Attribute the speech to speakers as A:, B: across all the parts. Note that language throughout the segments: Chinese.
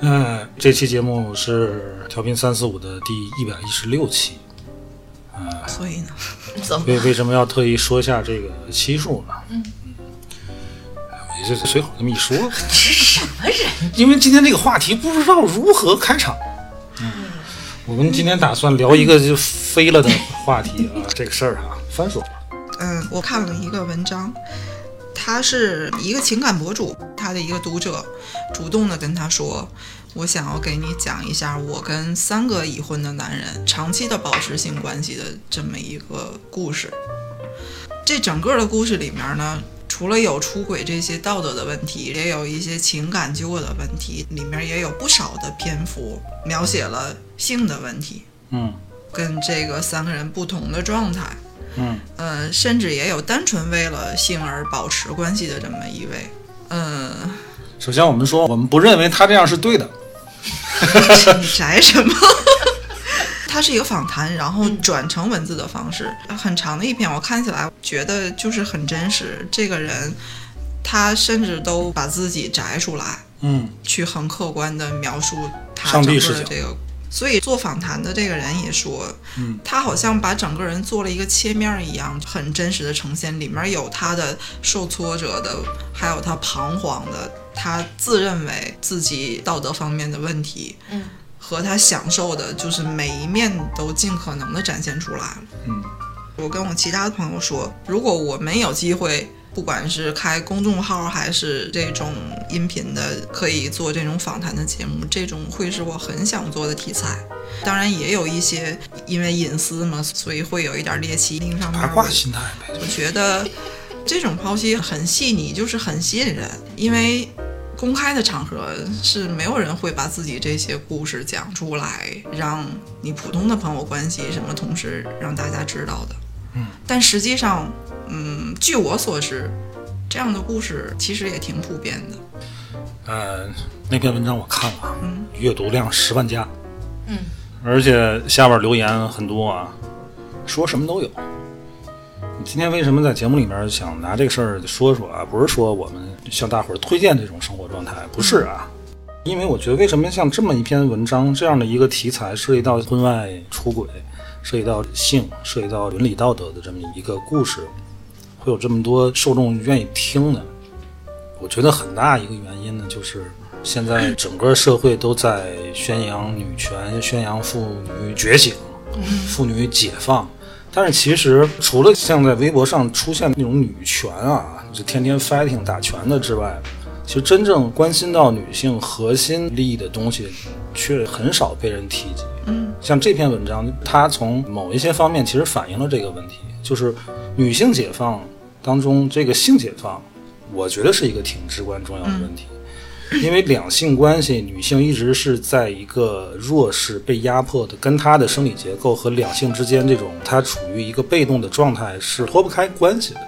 A: 嗯，这期节目是调频三四五的第一百一十六期。
B: 所以呢，
C: 怎么
A: 为为什么要特意说一下这个期数呢？嗯，也就随口 这么一说。是什么人？因为今天这个话题不知道如何开场。嗯，我们今天打算聊一个就飞了的话题 啊，这个事儿啊，翻说吧。
B: 嗯，我看了一个文章，他是一个情感博主，他的一个读者主动的跟他说。我想要给你讲一下我跟三个已婚的男人长期的保持性关系的这么一个故事。这整个的故事里面呢，除了有出轨这些道德的问题，也有一些情感纠葛的问题，里面也有不少的篇幅描写了性的问题，
A: 嗯
B: 跟这个三个人不同的状态。
A: 嗯
B: 呃，甚至也有单纯为了性而保持关系的这么一位。嗯、
A: 首先我们说，我们不认为他这样是对的。
B: 你宅什么？ 它是一个访谈，然后转成文字的方式，很长的一篇，我看起来觉得就是很真实。这个人，他甚至都把自己摘出来，
A: 嗯
B: 去很客观的描述他
A: 上
B: 整
A: 帝
B: 个
A: 视
B: 的
A: 角
B: 这个。所以做访谈的这个人也说，
A: 嗯，
B: 他好像把整个人做了一个切面儿一样，很真实的呈现，里面有他的受挫折的，还有他彷徨的，他自认为自己道德方面的问题，
C: 嗯，
B: 和他享受的，就是每一面都尽可能的展现出来了。
A: 嗯
B: 我跟我其他的朋友说，如果我们有机会，不管是开公众号还是这种音频的，可以做这种访谈的节目，这种会是我很想做的题材。当然，也有一些因为隐私嘛，所以会有一点猎奇。另一方面
A: 八，卦心态呗。
B: 我觉得这种剖析很细腻，就是很吸引人，因为公开的场合是没有人会把自己这些故事讲出来，让你普通的朋友关系什么同事让大家知道的。
A: 嗯，
B: 但实际上，嗯，据我所知，这样的故事其实也挺普遍的。
A: 呃，那篇文章我看了，
B: 嗯
A: 阅读量十万加，
C: 嗯，
A: 而且下边留言很多啊，说什么都有。你今天为什么在节目里面想拿这个事儿说说啊？不是说我们向大伙儿推荐这种生活状态，不是啊，因为我觉得为什么像这么一篇文章这样的一个题材，涉及到婚外出轨，涉及到性，涉及到伦理道德的这么一个故事，会有这么多受众愿意听呢？我觉得很大一个原因呢，就是现在整个社会都在宣扬女权，宣扬妇女觉醒、妇女解放。但是其实，除了像在微博上出现那种女权啊，就天天 fighting 打拳的之外，其实真正关心到女性核心利益的东西，却很少被人提及。
B: 嗯，
A: 像这篇文章，它从某一些方面其实反映了这个问题，就是女性解放当中这个性解放，我觉得是一个挺至关重要的问题，因为两性关系，女性一直是在一个弱势、被压迫的，跟她的生理结构和两性之间这种她处于一个被动的状态是脱不开关系的。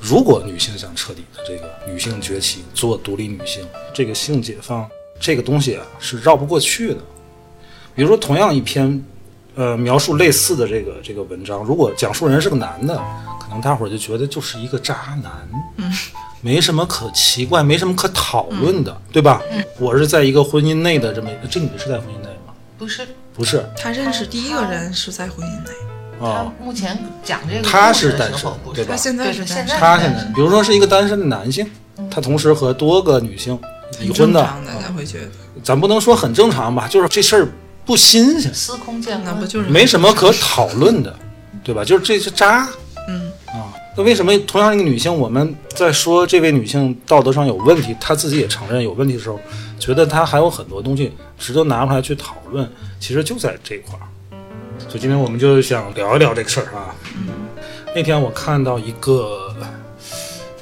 A: 如果女性想彻底的这个女性崛起，做独立女性，这个性解放这个东西啊是绕不过去的。比如说同样一篇，呃，描述类似的这个这个文章，如果讲述人是个男的，可能大伙儿就觉得就是一个渣男，嗯，没什么可奇怪，没什么可讨论的，
B: 嗯
A: 对吧？我是在一个婚姻内的这么一个，这你是在婚姻内吗？
D: 不是，
A: 不是
B: 他认识第一个人是在婚姻内，
D: 他
A: 啊，
D: 哦目前讲这个
A: 他
D: 故事
A: 是
D: 的
A: 单
D: 时
A: 身
D: 候不
A: 对
D: 是，
A: 吧
B: 他现在
D: 对
B: 是
D: 是
B: 单
D: 现
B: 身
D: 在
A: 他
D: 是
A: 现
D: 单
A: 在
D: 身，
A: 比如说是一个单身的男性，他同时和多个女性
B: 嗯很
A: 已婚的，哦
B: 正常大家会觉得
A: 咱不能说很正常吧，就是这事儿不新鲜，
D: 司空见
B: 那
D: 惯，
B: 不就是
A: 没什么可讨论的，对吧？就是这是渣，
B: 嗯
A: 啊，那为什么同样一个女性，我们在说这位女性道德上有问题，她自己也承认有问题的时候，觉得她还有很多东西值得拿出来去讨论，其实就在这一块儿。所以今天我们就想聊一聊这个事儿啊。那天我看到一个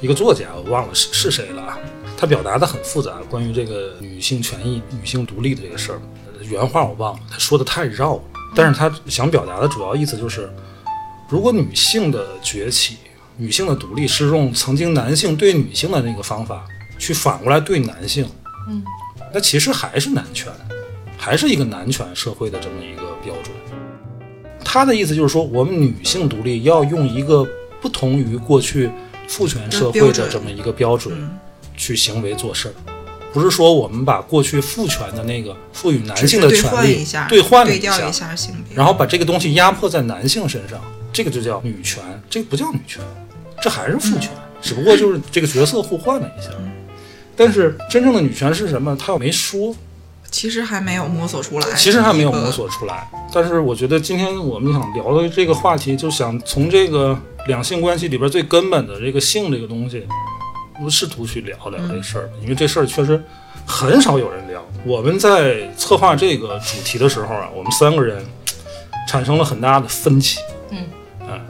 A: 一个作家，我忘了是是谁了啊，他表达的很复杂，关于这个女性权益、女性独立的这个事儿，呃原话我忘了，他说的太绕了。但是他想表达的主要意思就是，如果女性的崛起、女性的独立是用曾经男性对女性的那个方法去反过来对男性，
C: 嗯，
A: 那其实还是男权，还是一个男权社会的这么一个标准。他的意思就是说，我们女性独立要用一个不同于过去父权社会
E: 标
A: 的
E: 准
A: 这么一个标准
E: 嗯
A: 去行为做事儿，不是说我们把过去父权的那个赋予男性的
E: 只是
A: 权
E: 兑换
A: 利
E: 一下，
A: 兑换了
E: 对
A: 一
E: 调
A: 下
E: 一，下性别，
A: 然后把这个东西压迫在男性身上，这个就叫女权，这个不叫女权，这还是父权，只不过就是这个角色互换了一下。但是真正的女权是什么？他又没说，
E: 其实还没有摸索出来，
A: 其实还没有摸。索出来。但是我觉得今天我们想聊的这个话题，就想从这个两性关系里边最根本的这个性这个东西，我试图去聊聊这事儿，因为这事儿确实很少有人聊。我们在策划这个主题的时候啊，我们三个人嘖产生了很大的分歧。
C: 嗯，
A: 哎，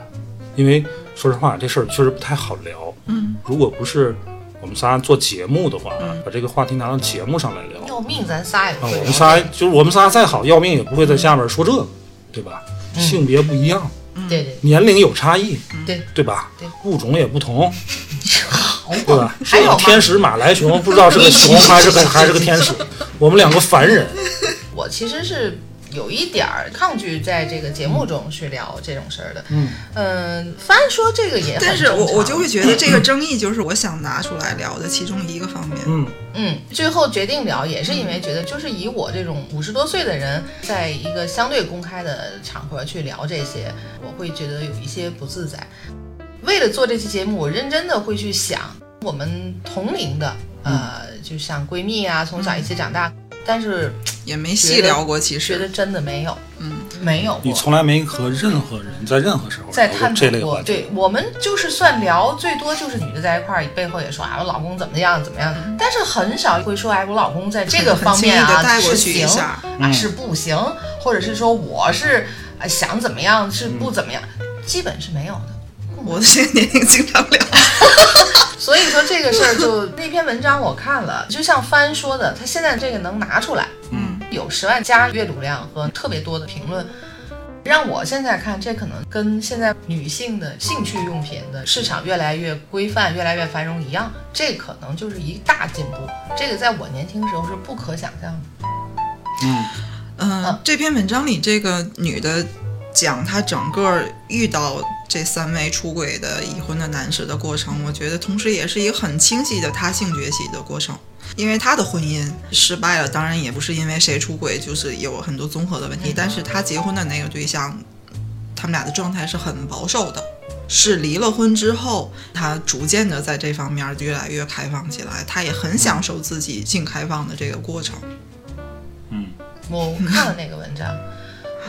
A: 因为说实话，这事儿确实不太好聊。
E: 嗯，
A: 如果不是我们仨做节目的话，
E: 嗯
A: 把这个话题拿到节目上来聊，
D: 要命，咱仨也
A: 啊，
D: 不会
A: 我们仨就是我们仨再好，要命也不会在下面说这个，对吧？
D: 嗯
A: 性别不一样，
D: 对对
A: 年龄有差异，
D: 对
A: 对吧？
D: 对
A: 物种也不 同，
D: 好
A: 对吧？
D: 还有吗
A: 天使马来熊不知道是个熊还是个还是个天 使，我们两个凡人，
D: 我其实是有一点儿抗拒在这个节目中去聊这种事儿的。
A: 嗯
D: 嗯，翻说这个也很
E: 但是我
D: 正常
E: 我就会觉 得这个争议就是我想拿出来聊的其中一个方面。
A: 嗯，
D: 嗯，最后决定聊也是因为觉得，就是以我这种五十多岁的人，在一个相对公开的场合去聊这些，我会觉得有一些不自在。为了做这期节目，我认真的会去想我们同龄的，呃，就像闺蜜啊，从小一起长大，但是
E: 也没细聊过，其
D: 觉
E: 实
D: 得真的没有，
E: 嗯，
D: 没有过。
A: 你从来没和任何人在任何时候
D: 在
A: 聊过
D: 探
A: 这
D: 讨
A: 类
D: 过
A: 话，题，
D: 对我们就是算聊，最多就是女的在一块儿，背后也说啊，我老公怎么样怎么样，但是很少会说哎，我老公在这个
E: 很
D: 方面啊
E: 嗯很轻易地带过
D: 是
E: 去一
D: 行
E: 下
A: 嗯
D: 啊是不行，或者是说我是呃想怎么样是
A: 嗯
D: 不怎么样，基本是没有的。
E: 我这 个年龄经常聊。
D: 所以说这个事儿就 那篇文章我看了，就像帆说的，他现在这个能拿出来，
E: 嗯，
D: 有十万加阅读量和特别多的评论，让我现在看这可能跟现在女性的兴趣用品的市场越来越规范、越来越繁荣一样，这可能就是一大进步。这个在我年轻时候是不可想象的。
A: 嗯，
E: 嗯
D: 嗯，
E: 这篇文章里这个女的讲她整个遇到这三位出轨的已婚的男士的过程，我觉得同时也是一个很清晰的她性觉醒的过程。因为她的婚姻失败了，当然也不是因为谁出轨，就是有很多综合的问题。但是她结婚的那个对象，他们俩的状态是很保守的。是离了婚之后，她逐渐的在这方面越来越开放起来，她也很享受自己性开放的这个过程。
A: 嗯
D: 我看了那个文章，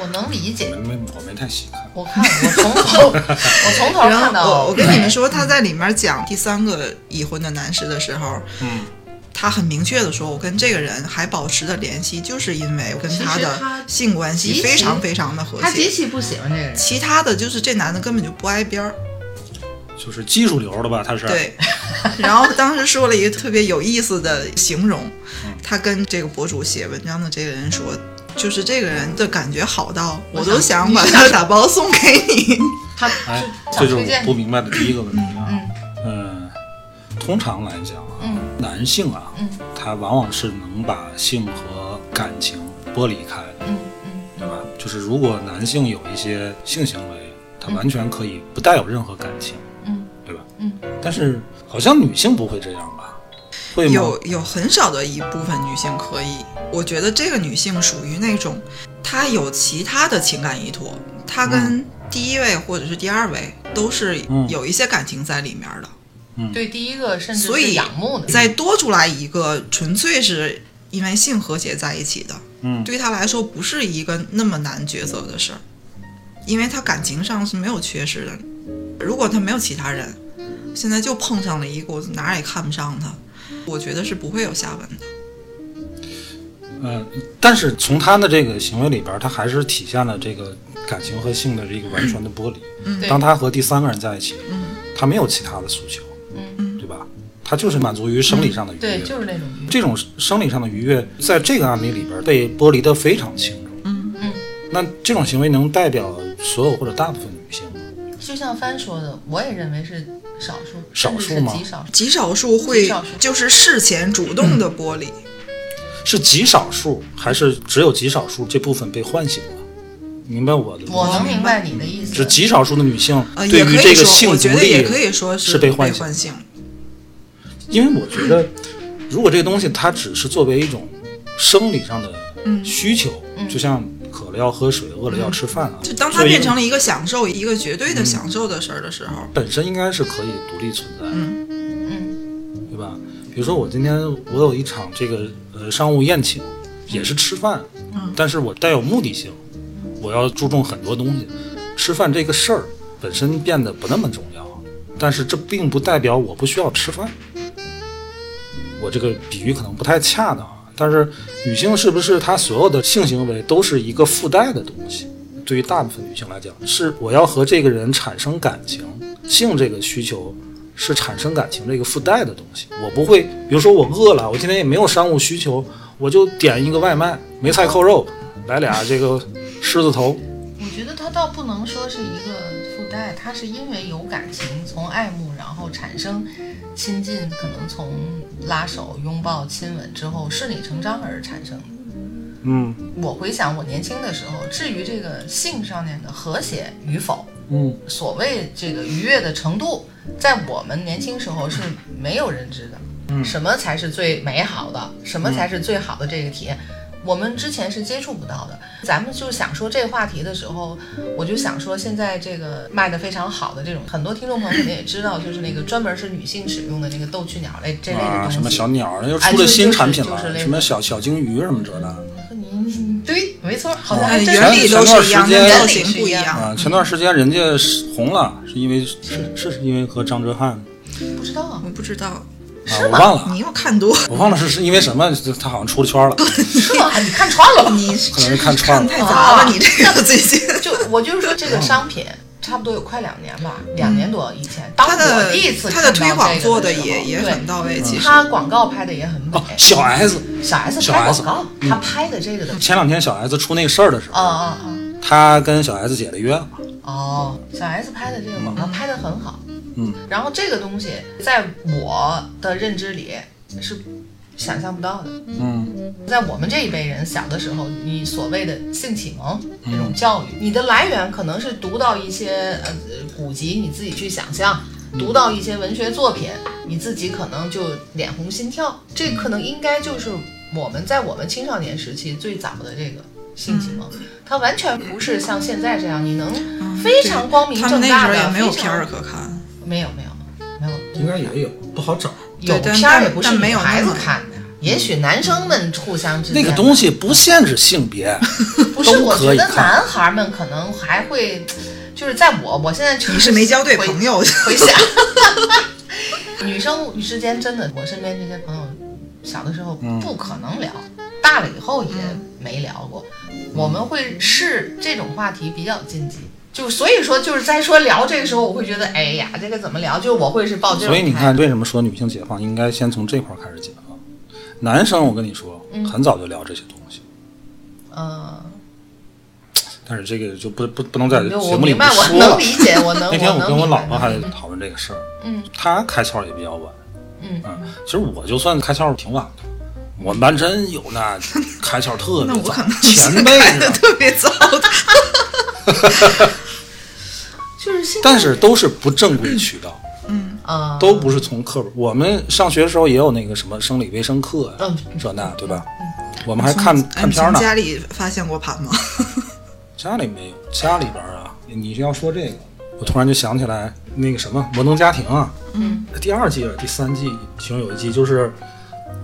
D: 我能理解。
A: 没没我没太细看，
D: 我看我从头我从头看哦嗯
E: 然后
D: 到
E: 我我跟你们说，他在里面讲第三个已婚的男士的时候，
A: 嗯，他
E: 他很明确的说，我跟这个人还保持着联系，就是因为我跟他
D: 其实他
E: 的性关
D: 极
E: 系
D: 其
E: 非常非常的和
D: 他极
E: 谐。
D: 其不喜欢这个人。
E: 其他的就是这男的根本就不挨边儿，
A: 就是技术流的吧，他是，
E: 对。然后当时说了一个特别有意思的形容，
D: 嗯
E: 他跟这个博主写文章的这个人说，就是这个人的感觉好到我都想把他打包送给你。
D: 他
A: 哎
D: 是，
A: 这就
D: 想
A: 是
D: 推
A: 我
D: 荐
A: 不明白的第一个问题啊。
D: 嗯
A: 嗯，通常来讲啊，
D: 嗯
A: 男性啊，
D: 嗯
A: 他往往是能把性和感情剥离开的，
D: 嗯嗯
A: 对吧？就是如果男性有一些性行为，他完全可以不带有任何感情，
D: 嗯
A: 对吧？
D: 嗯。
A: 但是好像女性不会这样吧？会吗？
E: 有有很少的一部分女性可以，我觉得这个女性属于那种，她有其他的情感依托，她跟第一位或者是第二位都是
A: 嗯
E: 有一些感情在里面的，
D: 对第一个甚至
E: 嗯所
D: 是
E: 以
D: 仰慕
A: 嗯
D: 的，
E: 再多出来一个纯粹是因为性和谐在一起的，
A: 嗯，
E: 对她来说不是一个那么难抉择的事儿，因为她感情上是没有缺失的。如果她没有其他人，现在就碰上了一个我哪儿也看不上她，我觉得是不会有下文的。
A: 呃，但是从他的这个行为里边儿，他还是体现了这个感情和性的这个完全的剥离。
E: 嗯
D: 对
A: 当他和第三个人在一起，他没有其他的诉求，
D: 嗯
A: 对吧？它就是满足于生理
E: 嗯
A: 上的愉悦。
D: 对，就是那种愉悦。
A: 这种生理上的愉悦，在这个案例里边被剥离得非常清楚。嗯
D: 嗯。
A: 那这种行为能代表所有或者大部分女性吗？
D: 就像帆说的，我也认为是少数，
A: 少
D: 甚至
A: 数
D: 是
A: 吗
D: 极少数。
E: 极少数会
D: 极少数
E: 就是事前主
A: 嗯
E: 动的剥离，
A: 是极少数，还是只有极少数这部分被唤醒了？明白我的？
D: 我能
E: 明
D: 明白你的意思，
A: 只极少数的女性
E: 呃，
A: 对
E: 也可
A: 于这个
E: 以说，
A: 性
E: 我
A: 独
E: 觉得也可
A: 立，
E: 以说
A: 是被
E: 被
A: 唤醒
E: 唤醒。
A: 因为我觉得，如果这个东西它只是作为一种生理上的需求，就像渴了要喝水，饿了要吃饭啊，
E: 嗯就当它
A: 作为一
E: 变
A: 个
E: 成了一个享受，一个绝对的享受的事儿的时候，
A: 本身应该是可以独立存在的，
E: 嗯
D: 嗯
A: 对吧？比如说我今天我有一场这个呃商务宴请，也是吃饭，
E: 嗯
A: 但是我带有目的性，我要注重很多东西，吃饭这个事儿本身变得不那么重要，但是这并不代表我不需要吃饭。我这个呃比喻可能不太恰当啊，但是女性是不是她所有的性行为都是一个附带的东西？对于大部分女性来讲，是我要和这个人产生感情，性这个需求是产生感情这个附带的东西。我不会，比如说我饿了，我今天也没有商务需求，我就点一个外卖，梅菜扣肉，来俩这个狮子头，
D: 我觉得它倒不能说是一个附带，它是因为有感情，从爱慕然后产生亲近，可能从拉手、拥抱、亲吻之后顺理成章而产生的。
A: 嗯
D: 我回想我年轻的时候，至于这个性上面的和谐与否，
A: 嗯，
D: 所谓这个愉悦的程度，在我们年轻时候是没有认知的。
A: 嗯
D: 什么才是最美好的？什么才是最好的这个体验？我们之前是接触不到的。咱们就想说这个话题的时候，我就想说，现在这个卖的非常好的这种，很多听众朋友肯定也知道，就是那个专门是女性使用的那个斗趣鸟类这类的东
A: 啊，
D: 西。
A: 什么小鸟儿又
D: 哎
A: 出了
D: 就
A: 新
D: 就是
A: 产品
D: 就
A: 了，
D: 是那
A: 什么
D: 种
A: 小小鲸鱼什么之类的
D: 你哎对，没错，好像
A: 啊
D: 还
E: 嗯，
D: 真是
E: 原理都是一样，
A: 前
E: 但
A: 段
E: 造
D: 时间
E: 型不一样。
A: 啊。前段时间人家是红了，是因为是是是因为和张哲瀚啊，
D: 不知道。
E: 我不知道，
A: 我忘了，
E: 你又看多，
A: 我忘了是是因为什么，他好像出了圈了，
D: 是吗？你看穿了吧？
E: 你
A: 可能是看串
E: 看
A: 了。
E: 太杂
D: 啊
E: 了，你这个最近。
D: 就我就是说
E: 嗯
D: 这个商品。差不多有快两年吧，两年多以前，当
E: 它
D: 我
E: 嗯的
D: 第一次
E: 它的
D: 看到
E: 推广
D: 这个
E: 做的
D: 时候
E: 也也
D: 对
E: 很到位，其实。
D: 他广告拍的也很美
A: 哦，。小 S
D: 小 S
A: 小嗯
D: 拍
A: S，
D: 广告，他拍的这个的，
A: 前两天小 S 出那个事儿的时
D: 啊
A: 候，
D: 啊啊，
A: 他跟小 S 解了约了。
D: 哦，小 S 拍的这个广告拍的很好，
A: 嗯，
D: 然后这个东西在我的认知里是想象不到的，
A: 嗯，
D: 在我们这一辈人小的时候，你所谓的性启蒙这种教育，你的来源可能是读到一些呃古籍，你自己去想象；读到一些文学作品，你自己可能就脸红心跳。这可能应该就是我们在我们青少年时期最早的这个性启蒙，它完全不是像现在这样，你能非常光明
E: 他们
D: 正
E: 那
D: 大
E: 时
D: 的
E: 候也没有片儿
D: 非
E: 可看，
D: 常没有没有没有，
A: 应该也有，不好找。
D: 有
E: 对但
D: 片儿也不是
E: 但没
D: 女
E: 有那
D: 孩子
E: 么
D: 看的。也许男生们互相之间
A: 那个东西不限制性别，
D: 不是，
A: 都
D: 我
A: 可
D: 觉
A: 以
D: 得
A: 看
D: 男孩们可能还会，就是在我我现在就
E: 你是没交对
D: 回
E: 朋友，
D: 回想，女生之间真的，我身边这些朋友，小的时候
A: 嗯
D: 不可能聊，大了以后也没聊过。我们会视这种话题比较禁忌，就所以说就是在说聊这个时候，我会觉得哎呀，这个怎么聊？就是我会是抱这种
A: 所以你
D: 态
A: 看，
D: 度，
A: 为什么说女性解放应该先从这块儿开始解放？男生，我跟你说，很早就聊这些东西，
D: 嗯，
A: 但是这个就不不不能在
D: 就
A: 节
D: 我
A: 目里面
D: 明白，我
A: 说
D: 能
A: 了。
D: 理解，我能。
A: 那天我跟我
D: 我能
A: 老
D: 明
A: 婆
D: 白
A: 还讨论这个事儿，
D: 嗯，
A: 她开窍也比较晚，
D: 嗯
A: 其实我就算开窍挺晚的，我们班真有那开窍特
E: 那
A: 别
E: 我
A: 早
E: 可能，
A: 前辈
E: 看
A: 呢
E: 的特别早的。
D: 就是现在
A: 但是都是不正规渠道，
D: 啊，
A: 都不是从课本。我们上学的时候也有那个什么生理卫生课呀、
D: 嗯
A: 这那对吧？我们还看
E: 哎
A: 看
E: 你
A: 片儿
E: 从
A: 呢。
E: 家里发现过盘吗？
A: 家里没有，家里边儿啊，你是要说这个，我突然就想起来那个什么《摩登家庭》啊，
D: 嗯，
A: 第二季还啊是第三季其中有一季就是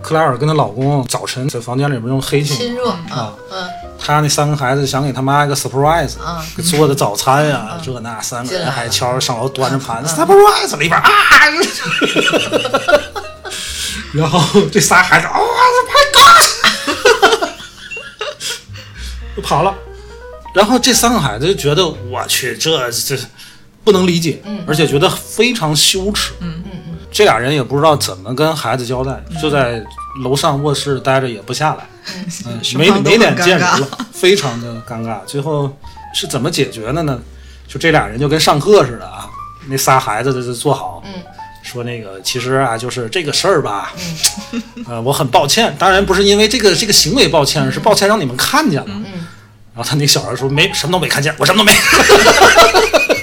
A: 克莱尔跟她老公早晨在房间里边用黑
D: 亲
A: 镜
D: 热
A: 啊
D: 啊，嗯。
A: 她那三个孩子想给他妈一个 surprise，
D: 啊
A: 给做的早餐呀、
D: 嗯
A: 这那三个
D: 进来
A: 人
D: 了
A: 还悄悄上楼端着盘
D: 嗯
A: 子、surprise 里边啊，然后这仨孩子啊，我的 my god，就跑了。然后这三个孩子就觉得我去，这这不能理解，而且觉得非常羞耻。嗯嗯嗯。这俩人也不知道怎么跟孩子交代，就在楼上卧室待着也不下来，嗯
E: 双
A: 没
E: 方都
A: 没脸
E: 很尴
A: 见人
E: 尬
A: 了，非常的尴尬。最后是怎么解决的呢？就这俩人就跟上课似的啊，那仨孩子就坐好，
D: 嗯
A: 说那个其实啊，就是这个事儿吧，呃，我很抱歉，当然不是因为这个这个行为抱歉，而是抱歉让你们看见了。
D: 嗯
A: 然后他那小孩说没什么都没看见，我什么都没。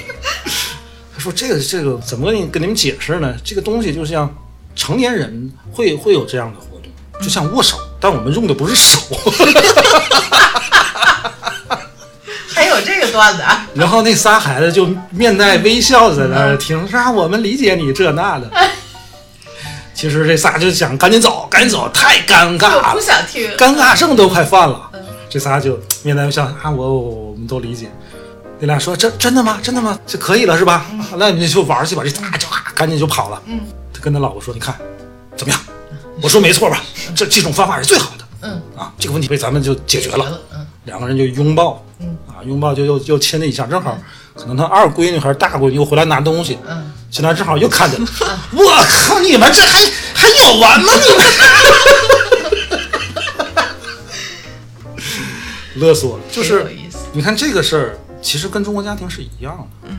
A: 他说这个这个怎么跟你跟你们解释呢？这个东西就像成年人会会有这样的活动，就像握手，但我们用的不是手。
D: 还有这个段子啊，
A: 然后那仨孩子就面带微笑地在那儿听，说啊，我们理解你这那的。其实这仨就想赶紧走，赶紧走，太尴尬
D: 我
A: 了
D: 不， 想听。
A: 尴尬症都快犯了。这仨就面带微笑啊，我我我们都理解。那俩说真真的吗？真的吗？就可以了是吧？ 那你就玩去吧。这仨就啊，赶紧就跑了。
D: 嗯，
A: 他跟他老婆说，你看怎么样？我说没错吧？这这种方法是最好的
D: 嗯，
A: 啊，这个问题被咱们就解决
D: 绝
A: 了。
D: 了，嗯，
A: 两个人就拥抱，
D: 嗯
A: 啊，拥抱就又又亲了一下，正好可能他二闺女还是大闺女又回来拿东西，
D: 嗯，
A: 现在正好又看见了， 我靠，你们这还还有完吗？你们， 勒索就是
D: 挺有意思。
A: 你看这个事儿，其实跟中国家庭是一样的，
D: 嗯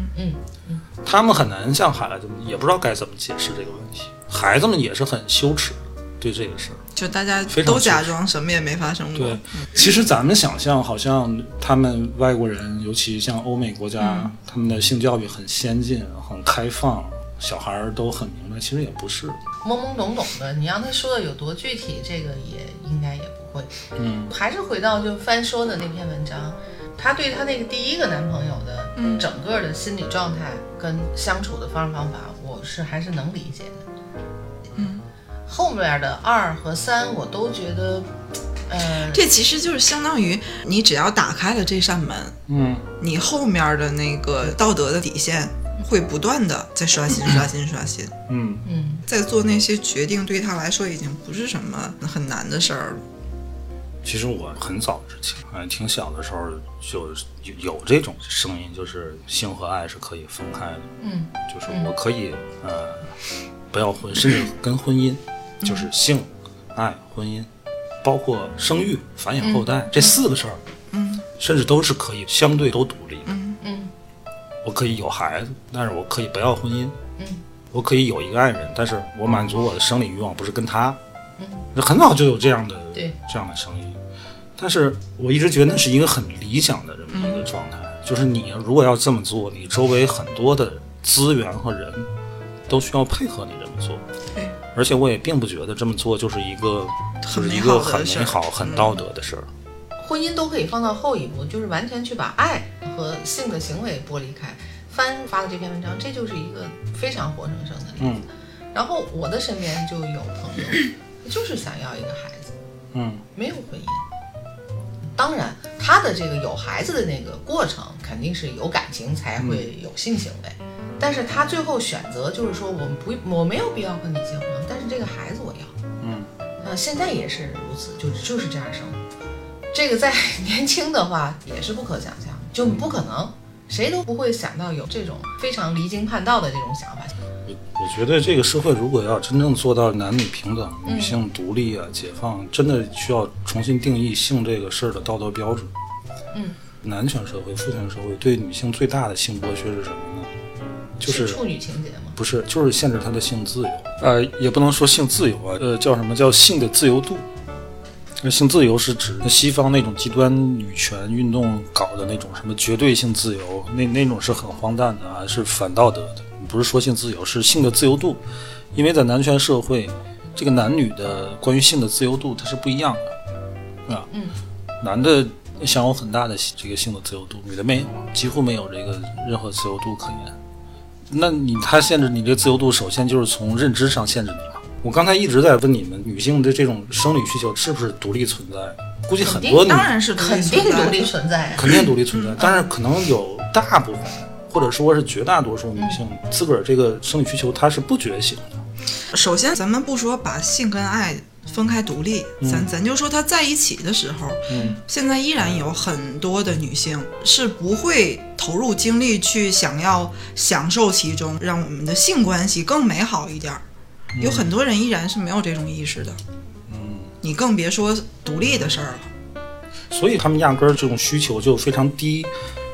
A: 他们很难向孩子们，也不知道该怎么解释这个问题，孩子们也是很羞耻对这个事儿。
E: 就大家
A: 非常
E: 都
A: 清
E: 假
A: 楚
E: 装什么也没发生过
A: 对。，
D: 嗯
A: 其实咱们想象好像他们外国人，尤其像欧美国家，
D: 嗯
A: 他们的性教育很先进、很开放，小孩儿都很明白。其实也不是，
D: 懵懵懂懂的，你让他说的有多具体，这个也应该也不会。
A: 嗯，
D: 还是回到就翻说的那篇文章，她对她那个第一个男朋友的
A: 嗯
D: 整个的心理状态跟相处的方式方法，我是还是能理解的。
E: 嗯，
D: 后面的二和三我都觉得，呃，
E: 这其实就是相当于你只要打开了这扇门，
A: 嗯，
E: 你后面的那个道德的底线会不断的在刷新、刷新、刷新。
A: 嗯，
D: 嗯，
E: 在做那些决定，对他来说已经不是什么很难的事儿了。
A: 其实我很早之前，哎，挺小的时候就有有这种声音，就是性和爱是可以分开的，
D: 嗯，
A: 就是我可以呃不要婚，甚至跟婚姻，
D: 嗯
A: 就是性、爱、婚姻，包括生育、繁衍后代、这四个事儿，
E: 嗯，
A: 甚至都是可以相对都独立的。
D: 嗯，
A: 我可以有孩子，但是我可以不要婚姻。
D: 嗯，
A: 我可以有一个爱人，但是我满足我的生理欲望不是跟他。
D: 嗯，
A: 很早就有这样的
D: 对
A: 这样的声音，但是我一直觉得那是一个很理想的这么
D: 嗯
A: 一个状态，就是你如果要这么做，你周围很多的资源和人都需要配合你这么做。
E: 对，
A: 而且我也并不觉得这么做就是一个就
E: 很
A: 是
E: 美
A: 一个
E: 好的
A: 很
E: 事
A: 美
E: 儿嗯
A: 好、很道德的事儿。
D: 婚姻都可以放到后一步，就是完全去把爱和性的行为剥离开。翻发的这篇文章，这就是一个非常活生生的例子。然后我的身边就有朋友，他就是想要一个孩子，
A: 嗯
D: 没有婚姻。当然，他的这个有孩子的那个过程肯定是有感情才会有性行为，但是他最后选择就是说，我不我没有必要和你结婚，但是这个孩子我要。
A: 嗯
D: 呃，现在也是如此，就就是这样生活。这个在年轻的话也是不可想象，就不可能，谁都不会想到有这种非常离经叛道的这种想法。
A: 我觉得这个社会如果要真正做到男女平等、女性独立啊、解放，真的需要重新定义性这个事儿的道德标准。
D: 嗯，
A: 男权社会、父权社会对女性最大的性剥削是什么呢？就是
D: 处女情节嘛。
A: 不是，就是限制她的性自由。呃，也不能说性自由啊，呃，叫什么叫性的自由度？呃性自由是指西方那种极端女权运动搞的那种什么绝对性自由，那那种是很荒诞的啊，是反道德的。不是说性自由，是性的自由度，因为在男权社会，这个男女的关于性的自由度它是不一样的啊。
D: 嗯，
A: 男的享有很大的这个性的自由度，女的没有，几乎没有这个任何自由度可言。那你他限制你这自由度，首先就是从认知上限制你嘛。我刚才一直在问你们，女性的这种生理需求是不是独立存在？估计很多女
E: 当然是独立
D: 肯定
E: 存在
D: 独立存在啊，
A: 肯定独立 存在，但是可能有大部分或者说是绝大多数女性自个儿这个生理需求她是不觉醒的。
E: 首先，咱们不说把性跟爱分开独立，咱咱就说他在一起的时候，
A: 嗯
E: 现在依然有很多的女性是不会投入精力去想要享受其中，让我们的性关系更美好一点儿。
A: 嗯
E: 有很多人依然是没有这种意识的。你更别说独立的事儿了。
A: 所以他们压根儿这种需求就非常低，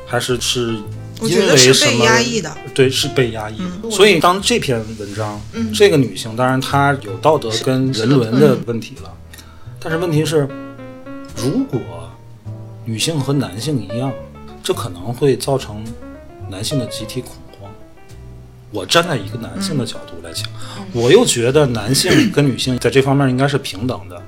A: 还是是
E: 我
A: 因
E: 觉
A: 为
E: 得是
A: 什
E: 被
A: 么？
E: 压抑的，
A: 对，是被压抑的。
E: 嗯
A: 所以当这篇文章，
D: 嗯
A: 这个女性当然她有道德跟人伦的问题了，但是问题是，如果女性和男性一样，这可能会造成男性的集体恐慌。我站在一个男性的角度来讲，我又觉得男性跟女性在这方面应该是平等的。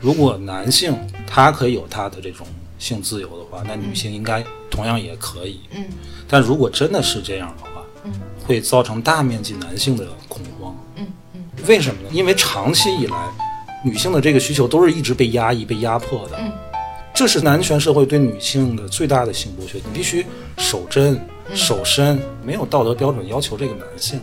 A: 如果男性他可以有他的这种性自由的话，那女性应该同样也可以。
D: 嗯，
A: 但如果真的是这样的话，
D: 嗯
A: 会造成大面积男性的恐慌。
D: 嗯嗯
A: 为什么呢？因为长期以来，女性的这个需求都是一直被压抑、被压迫的。
D: 嗯
A: 这是男权社会对女性的最大的性剥削。你必须守贞、
D: 嗯
A: 守身，没有道德标准要求这个男性，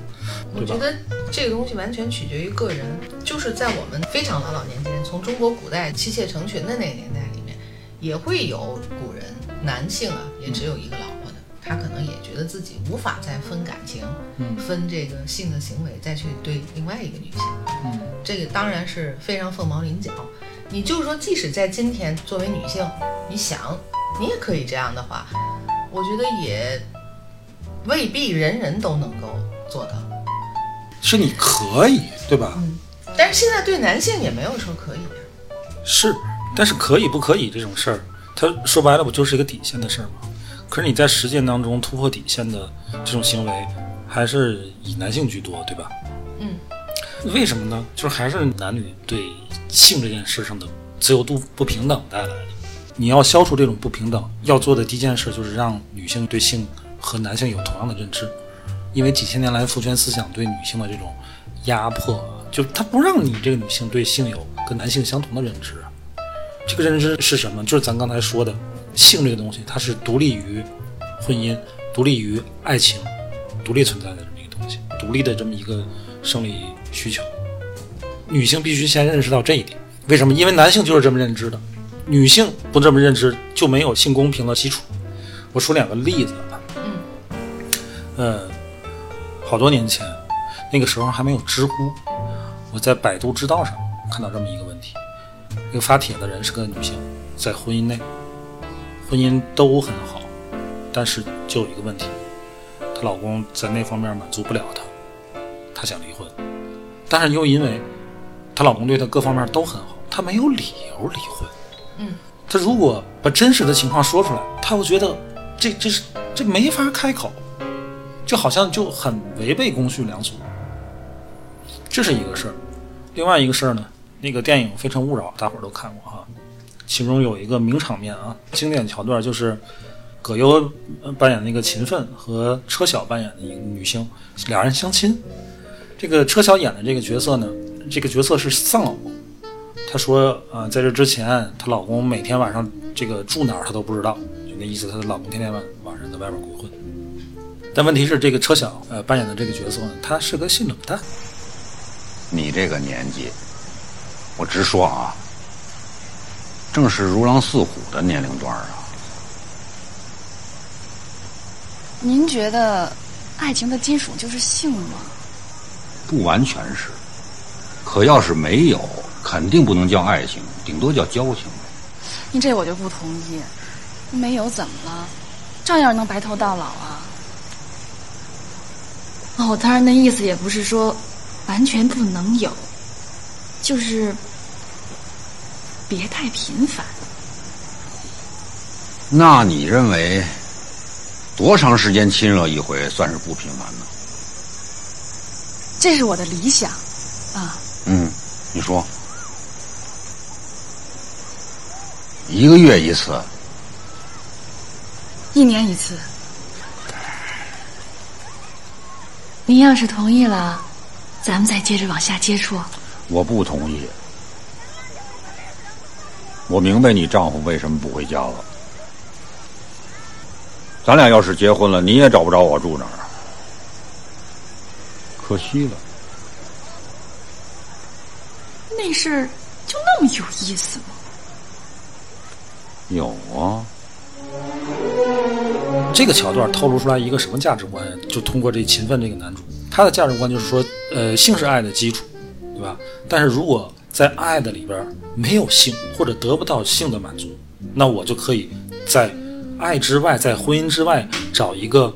D: 我
A: 对吧
D: 觉？得这个东西完全取决于个人，就是在我们非常老老年间，从中国古代妻妾成群的那个年代里面，也会有古人男性啊，也只有一个老婆的，他可能也觉得自己无法再分感情，
A: 嗯
D: 分这个性的行为再去对另外一个女性，
A: 嗯，
D: 这个当然是非常凤毛麟角。你就是说，即使在今天，作为女性，你想你也可以这样的话，我觉得也未必人人都能够做到。
A: 是你可以，对吧？
D: 但是现在对男性也没有说可以啊，
A: 是，但是可以不可以这种事儿，它说白了不就是一个底线的事儿吗？可是你在实践当中突破底线的这种行为，还是以男性居多，对吧？
D: 嗯，
A: 为什么呢？就是还是男女对性这件事上的自由度不平等带来的。你要消除这种不平等，要做的第一件事就是让女性对性和男性有同样的认知，因为几千年来父权思想对女性的这种压迫，就它不让你这个女性对性有跟男性相同的认知。这个认知是什么？就是咱刚才说的，性这个东西，它是独立于婚姻、独立于爱情、独立存在的这么一个东西，独立的这么一个生理需求。女性必须先认识到这一点。为什么？因为男性就是这么认知的，女性不这么认知就没有性公平的基础。我说两个例子啊，嗯，呃，好多年前，那个时候还没有知乎，我在百度知道上看到这么一个问题，那个发帖的人是个女性，在婚姻内，婚姻都很好，但是就有一个问题，她老公在那方面满足不了她，她想离婚，但是又因为她老公对她各方面都很好，她没有理由离婚。
D: 嗯，
A: 她如果把真实的情况说出来，她又觉得这这是这没法开口，就好像就很违背公序良俗。这是一个事儿，另外一个事儿呢，那个电影《非诚勿扰》大伙儿都看过哈，其中有一个名场面啊，经典桥段就是葛优呃扮演那个秦奋和车晓扮演的一个女星，俩人相亲。这个车晓演的这个角色呢，这个角色是丧偶。她说啊、呃在这之前，她老公每天晚上这个住哪儿她都不知道，就那意思，她的老公天天晚晚上在外边鬼混。但问题是，这个车晓呃扮演的这个角色呢，她是个性冷淡，
F: 你这个年纪，我直说啊，正是如狼似虎的年龄段儿啊。
G: 您觉得爱情的金属就是性吗？
F: 不完全是，可要是没有，肯定不能叫爱情，顶多叫交情。
G: 您这我就不同意。没有怎么了？照样能白头到老啊！哦，当然那意思也不是说完全不能有，就是别太频繁。
F: 那你认为多长时间亲热一回算是不频繁呢？
G: 这是我的理想啊！
F: 嗯，你说，一个月一次，
G: 一年一次。您要是同意了，咱们再接着往下接触。
F: 我不同意。我明白你丈夫为什么不回家了。咱俩要是结婚了，你也找不着我住哪儿啊，可惜了。
G: 那事儿就那么有意思吗？
F: 有啊，
A: 这个桥段透露出来一个什么价值观？就通过这勤奋这个男主，他的价值观就是说，呃，性是爱的基础，对吧？但是如果在爱的里边儿没有性，或者得不到性的满足，那我就可以在爱之外，在婚姻之外找一个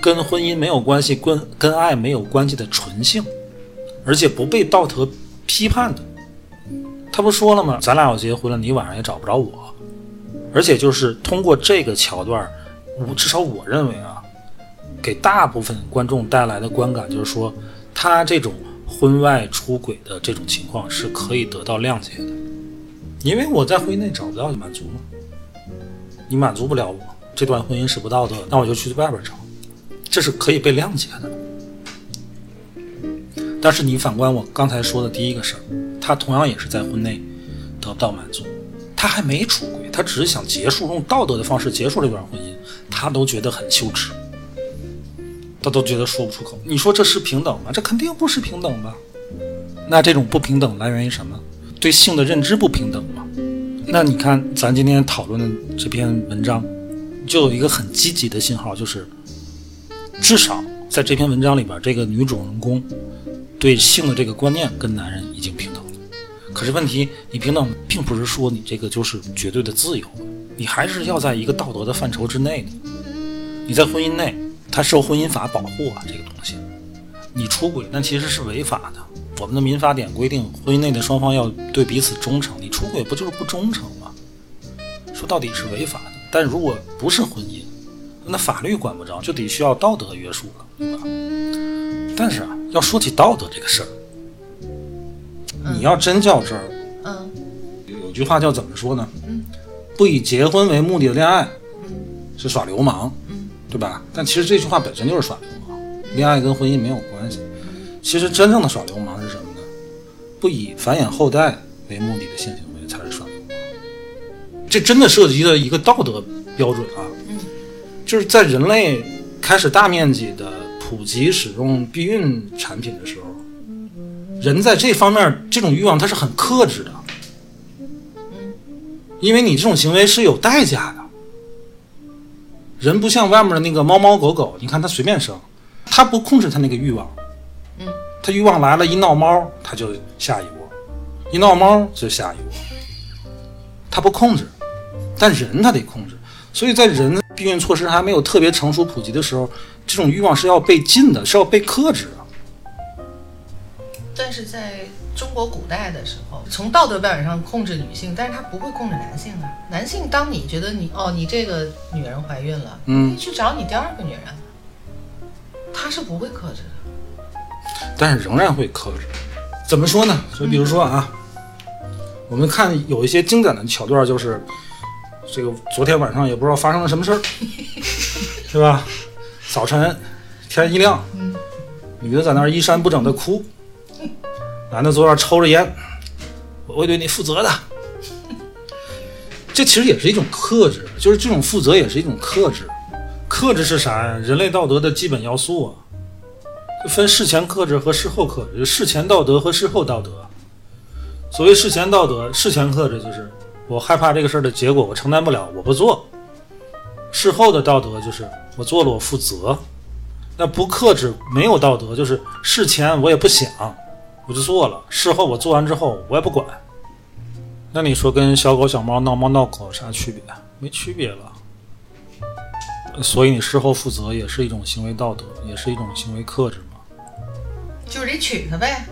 A: 跟婚姻没有关系、跟跟爱没有关系的纯性，而且不被道德批判的。他不说了吗？咱俩要结婚了，你晚上也找不着我。而且就是通过这个桥段儿，我至少我认为啊，给大部分观众带来的观感就是说，他这种婚外出轨的这种情况是可以得到谅解的，因为我在婚姻内找不到满足嘛，你满足不了我，这段婚姻是不道德的，那我就去外边找，这是可以被谅解的。但是你反观我刚才说的第一个事儿，他同样也是在婚内得不到满足，他还没出轨，他只是想结束，用道德的方式结束这段婚姻，他都觉得很羞耻，他都觉得说不出口。你说这是平等吗？这肯定不是平等吧？那这种不平等来源于什么？对性的认知不平等吗？那你看咱今天讨论的这篇文章，就有一个很积极的信号，就是至少在这篇文章里边，这个女主人公对性的这个观念跟男人已经平等了。可是问题，你平等并不是说你这个就是绝对的自由，你还是要在一个道德的范畴之内的。你在婚姻内，它受婚姻法保护啊，这个东西。你出轨，那其实是违法的。我们的民法典规定，婚姻内的双方要对彼此忠诚。你出轨不就是不忠诚吗？说到底是违法的。但如果不是婚姻，那法律管不着，就得需要道德约束了，对吧？但是啊，要说起道德这个事儿，你要真较真儿，
D: 嗯，
A: 有句话叫怎么说呢？不以结婚为目的的恋爱是耍流氓，对吧？但其实这句话本身就是耍流氓，恋爱跟婚姻没有关系。其实真正的耍流氓是什么呢？不以繁衍后代为目的的性行为才是耍流氓。这真的涉及到一个道德标准啊，就是在人类开始大面积的普及使用避孕产品的时候，人在这方面这种欲望它是很克制的。因为你这种行为是有代价的。人不像外面的那个猫猫狗狗，你看它随便生，它不控制它那个欲望，
D: 嗯，
A: 它欲望来了，一闹猫它就下一窝，一闹猫就下一窝，它不控制，但人它得控制。所以在人避孕措施还没有特别成熟普及的时候，这种欲望是要被禁的，是要被克制的。
D: 但是在中国古代的时候，从道德标准上控制女性，但是他不会控制男性啊。男性，当你觉得你哦，你这个女人怀孕了，
A: 嗯
D: 你去找你第二个女人，他是不会克制的。
A: 但是仍然会克制。怎么说呢？就比如说啊，我们看有一些经典的桥段，就是这个昨天晚上也不知道发生了什么事儿，是吧？早晨天一亮，女的在那儿衣衫不整的哭，男的坐那儿抽着烟，我会对你负责的。这其实也是一种克制，就是这种负责也是一种克制。克制是啥呀？人类道德的基本要素啊。分事前克制和事后克制，事前道德和事后道德。所谓事前道德，事前克制就是我害怕这个事儿的结果，我承担不了，我不做。事后的道德就是我做了，我负责。那不克制没有道德，就是事前我也不想，我就做了，事后我做完之后我也不管。那你说跟小狗小猫闹猫闹狗有啥区别？啊没区别了。所以你事后负责也是一种行为道德，也是一种行为克制嘛。
D: 就是得娶她呗，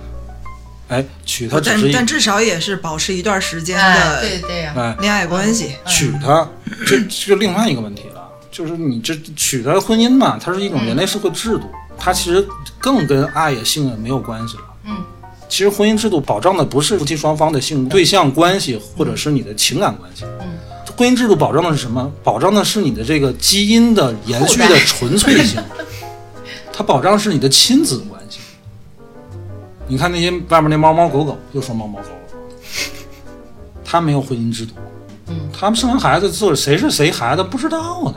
A: 哎，娶她只
E: 但
A: 是一
E: 哦但至少也是保持一段时间
D: 哎，
E: 的
D: 对对呀、
A: 哎
E: 恋爱关系。
A: 娶她，这这就另外一个问题了，就是你这娶她婚姻嘛，它是一种人类社会制度，它其实更跟爱也性也没有关系了。
D: 嗯，
A: 其实婚姻制度保障的不是夫妻双方的性对象关系，或者是你的情感关系。
D: 嗯，
A: 婚姻制度保障的是什么？保障的是你的这个基因的延续的纯粹 性，它保障是你的亲子关系。你看那些外面那猫猫狗狗，又说猫猫狗狗，它没有婚姻制度，
D: 嗯，
A: 他们生完孩子之后谁是谁孩子不知道的，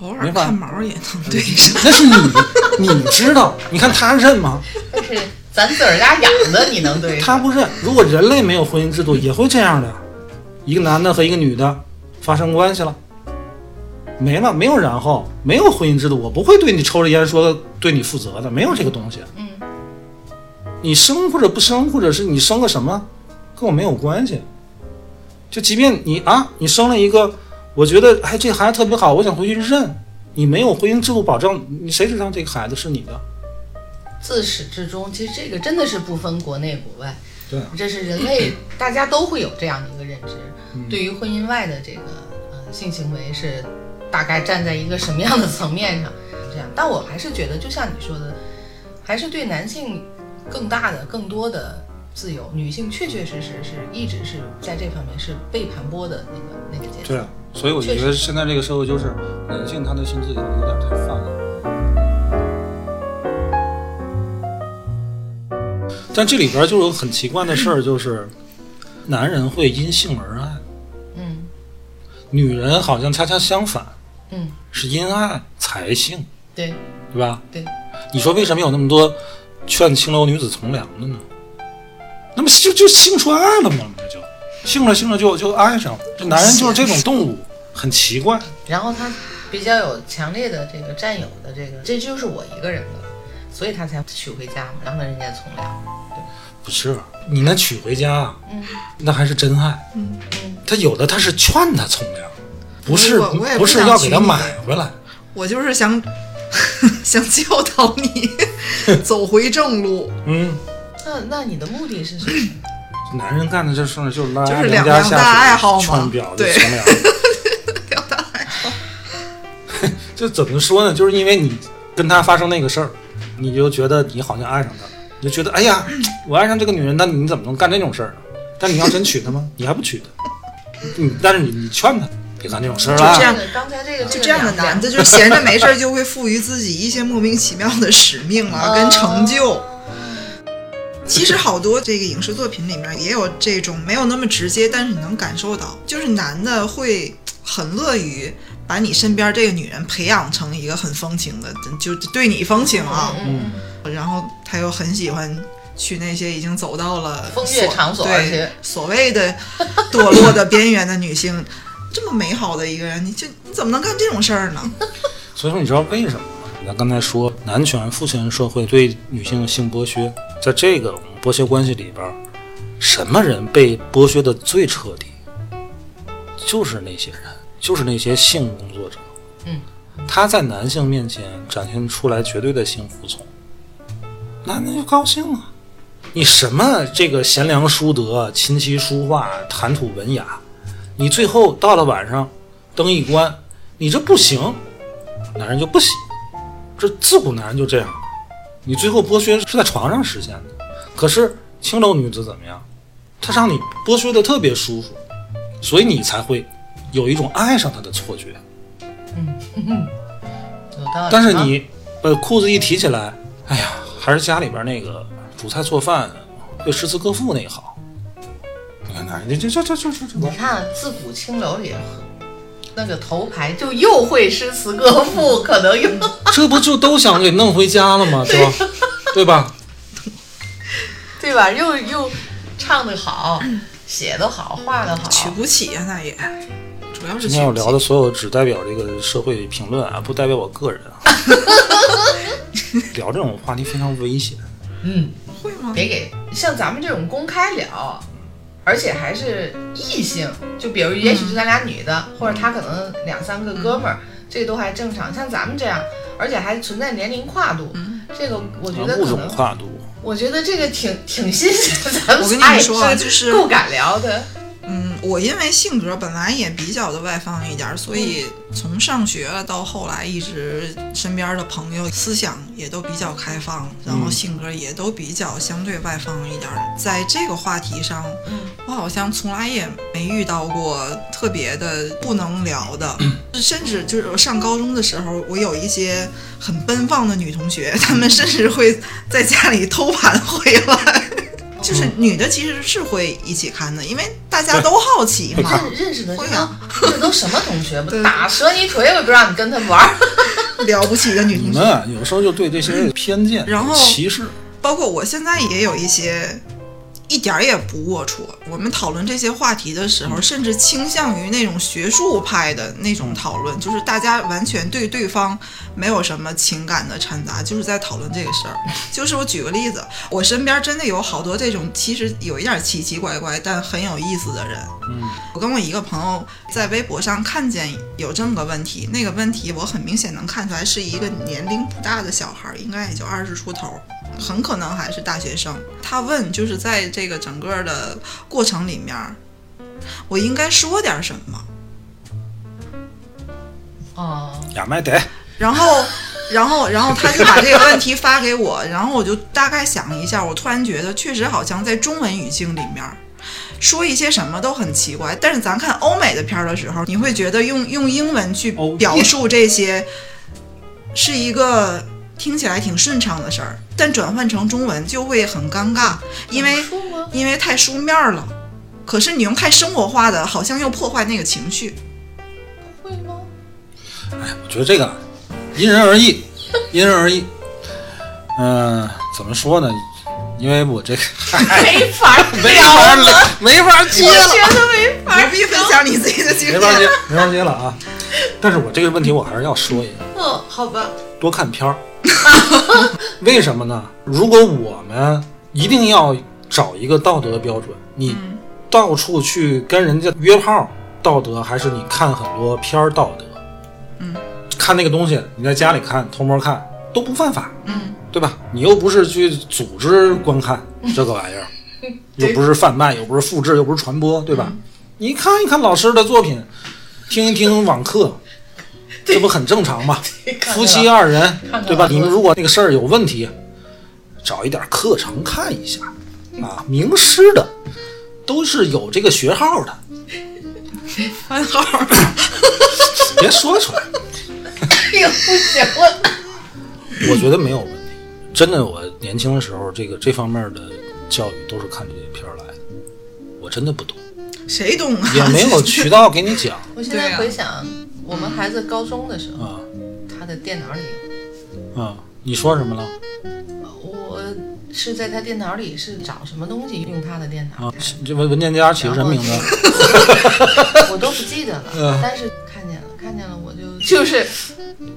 E: 偶
A: 没
E: 尔
A: 法
E: 看毛也能对上。
A: 那是你你知道，你看他认吗？
D: 就是咱自个儿家养的，你能对
A: 他不认。如果人类没有婚姻制度，也会这样的，一个男的和一个女的发生关系了，没了，没有然后，没有婚姻制度，我不会对你抽着烟说对你负责的，没有这个东西。
D: 嗯，
A: 你生或者不生，或者是你生个什么，跟我没有关系。就即便你啊，你生了一个，我觉得哎这孩子特别好，我想回去认，你没有婚姻制度保障，你谁知道这个孩子是你的？
D: 自始至终，其实这个真的是不分国内国外，
A: 对啊
D: 这是人 类大家都会有这样的一个认知，
E: 嗯
D: 对于婚姻外的这个呃性行为是大概站在一个什么样的层面上这样，但我还是觉得，就像你说的，还是对男性更大的、更多的自由，女性确确实实是一直是在这方面是被盘剥的那个那个阶
A: 对
D: 段。
A: 啊，所以我就觉得现在这个社会就是男性他的性自由有点太泛了。但这里边就有很奇怪的事儿，就是男人会因性而爱，
D: 嗯
A: 女人好像恰恰相反，
D: 嗯，
A: 是因爱才性，
D: 对
A: 对吧？
D: 对，
A: 你说为什么有那么多劝青楼女子从良的呢？那么就就性出爱了嘛，那就性了性了就就爱上了。这男人就是这种动物，很奇怪。
D: 然后他比较有强烈的这个占有的这个，这就是我一个人的，所以他才娶回家嘛，然后人家从良。
A: 不是，你那娶回家，
D: 嗯，
A: 那还是真爱。
E: 嗯
D: 嗯
A: 他有的他是劝他从良，不是
E: 我我也不
A: 不是
E: 想
A: 要给他
E: 娶你
A: 买回来。
E: 我就是想 想教导你 走回正路，
A: 嗯，
D: 那那你的目的是什么？
A: 男人干的这事儿就是拉
E: 就是
A: 人
E: 两
A: 家
E: 两
A: 下
E: 大
A: 水
E: 爱好嘛
A: 劝婊子
E: 对
A: 从 良。
E: 表达爱好。
A: 就怎么说呢？就是因为你跟他发生那个事儿，你就觉得你好像爱上他，你就觉得哎呀，我爱上这个女人，那你怎么能干这种事儿呢？但你要真娶她吗？你还不娶她？ 你但是你你劝她别干这种事儿啊
E: 就这
A: 啦
E: 样。
D: 的，刚才这个
E: 就这样的男的，就是闲着没事儿就会赋予自己一些莫名其妙的使命啊，跟成就。其实好多这个影视作品里面也有这种没有那么直接，但是你能感受到，就是男的会很乐于把你身边这个女人培养成一个很风情的，就就对你风情啊，
A: 嗯，
E: 然后他又很喜欢去那些已经走到了
D: 风月场所而
E: 对
D: 且
E: 所谓的堕落的边缘的女性，这么美好的一个人，你就你怎么能干这种事儿呢？
A: 所以说，你知道为什么吗？咱刚才说男权父权社会对女性的性剥削，在这个剥削关系里边儿，什么人被剥削的最彻底？就是那些人，就是那些性工作者。
D: 嗯，
A: 他在男性面前展现出来绝对的性服从，男的就高兴啊。你什么这个贤良淑德、琴棋书画、谈吐文雅，你最后到了晚上，灯一关，你这不行，男人就不行。这自古男人就这样，你最后剥削是在床上实现的。可是青楼女子怎么样？她让你剥削的特别舒服，所以你才会有一种爱上她的错觉。
D: 有道理。
A: 但是你把裤子一提起来，哎呀，还是家里边那个煮菜做饭会诗词歌赋那个好。你看男人就就就就就就
D: 你看自古青楼里，那个头牌就又会诗词歌赋，可能又
E: 嗯
A: 这不就都想给弄回家了吗？对吧？对吧？
D: 对吧？又又唱的好，
E: 嗯
D: 写的好，画的好，
E: 娶不起呀、那也主要是
A: 今
E: 娶
A: 天我
E: 不
A: 聊
E: 起。
A: 的所有只代表这个社会评论啊，不代表我个 人啊。聊这种话题非常危险，
D: 嗯，
E: 会吗？
D: 别给像咱们这种公开聊。而且还是异性，就比如也许就咱俩女的，
E: 嗯
D: 或者他可能两三个哥们儿，这都还正常。像咱们这样，而且还存在年龄跨度，
E: 嗯
D: 这个我觉得
A: 啊物
D: 可
A: 种
D: 能
A: 跨度。
D: 我觉得这个挺挺新鲜的，咱
E: 我跟
D: 们
E: 你
D: 爱
E: 们说啊
D: 是
E: 就是
D: 够敢聊的。
E: 嗯，我因为性格本来也比较的外放一点儿，所以从上学到后来，一直身边的朋友思想也都比较开放，然后性格也都比较相对外放一点儿。在这个话题上，我好像从来也没遇到过特别的不能聊的，甚至就是我上高中的时候，我有一些很奔放的女同学，她们甚至会在家里偷盘回来。就是女的其实是会一起看的，因为大家都好奇 嘛。
D: 认认识的这
E: 会
D: 都
E: 啊
D: 这都什么同学？
E: 对
D: 打折你腿我也不让你跟他玩儿。
E: 了不起的女
A: 你
E: 同
A: 们
E: 学，
A: 啊有时候就对这些偏见、
E: 然后
A: 歧视，
E: 包括我现在也有一些一点儿也不龌龊。我们讨论这些话题的时候，甚至倾向于那种学术派的那种讨论，就是大家完全对对方没有什么情感的掺杂，就是在讨论这个事儿。就是我举个例子，我身边真的有好多这种其实有一点儿奇奇怪怪但很有意思的人。我跟我一个朋友在微博上看见有这么个问题，那个问题我很明显能看出来是一个年龄不大的小孩儿，应该也就二十出头，很可能还是大学生。他问就是在这个整个的过程里面，我应该说点什么？
D: 哦，
A: 亚麦得，
E: 然后，然后，然后他就把这个问题发给我， 然后我就大概想了一下，我突然觉得确实好像在中文语境里面。说一些什么都很奇怪，但是咱看欧美的片儿的时候，你会觉得用用英文去
A: 哦
E: 表述这些，是一个听起来挺顺畅的事儿，但转换成中文就会很尴尬，因为
D: 很舒吗
E: 因为太书面儿了。可是你用太生活化的，好像又破坏那个情绪。
D: 会吗？
A: 我觉得这个啊因人而异，因人而异。嗯、怎么说呢？因为我这个
D: 没法
A: 没法儿了，没法儿接了。
E: 不必分享你自己的经
A: 没
E: 验。
A: 法接，没法接了啊！但是我这个问题我还是要说一下，
D: 嗯，好吧，
A: 多看片儿。 为什么呢？如果我们一定要找一个道德标准，你到处去跟人家约炮道德，还是你看很多片儿道德？嗯，看那个东西，你在家里看，偷摸看都不犯法，
E: 嗯，
A: 对吧？你又不是去组织观看这个玩意 儿，又不是贩卖，又不是复制，又不是传播，对吧？
E: 嗯
A: 你看一看老师的作品，听一听网课，这不很正常吗？夫妻二人
D: 看看，
A: 对吧？
D: 老师
A: 你们如果那个事儿有问题，找一点课程看一下啊，名师的都是有这个学号 的，
E: 番号。
A: 别说出来。
D: 这个不行了。
A: 我觉得没有问题，真的，我年轻的时候，这个这方面的教育都是看这些片儿来的，我真的不懂，
E: 谁懂啊？
A: 也没 有渠道给你讲
D: 我现在回想，我们孩子高中的时候，
A: 啊
D: 他的电脑里，
A: 啊！你说什么了
D: 我是在他电脑里是找什么东西用他的电脑
A: 啊？，这文文件夹起个什么名字？
D: 我都不记得了
A: 嗯。
D: 但是看见了，看见了，我就就是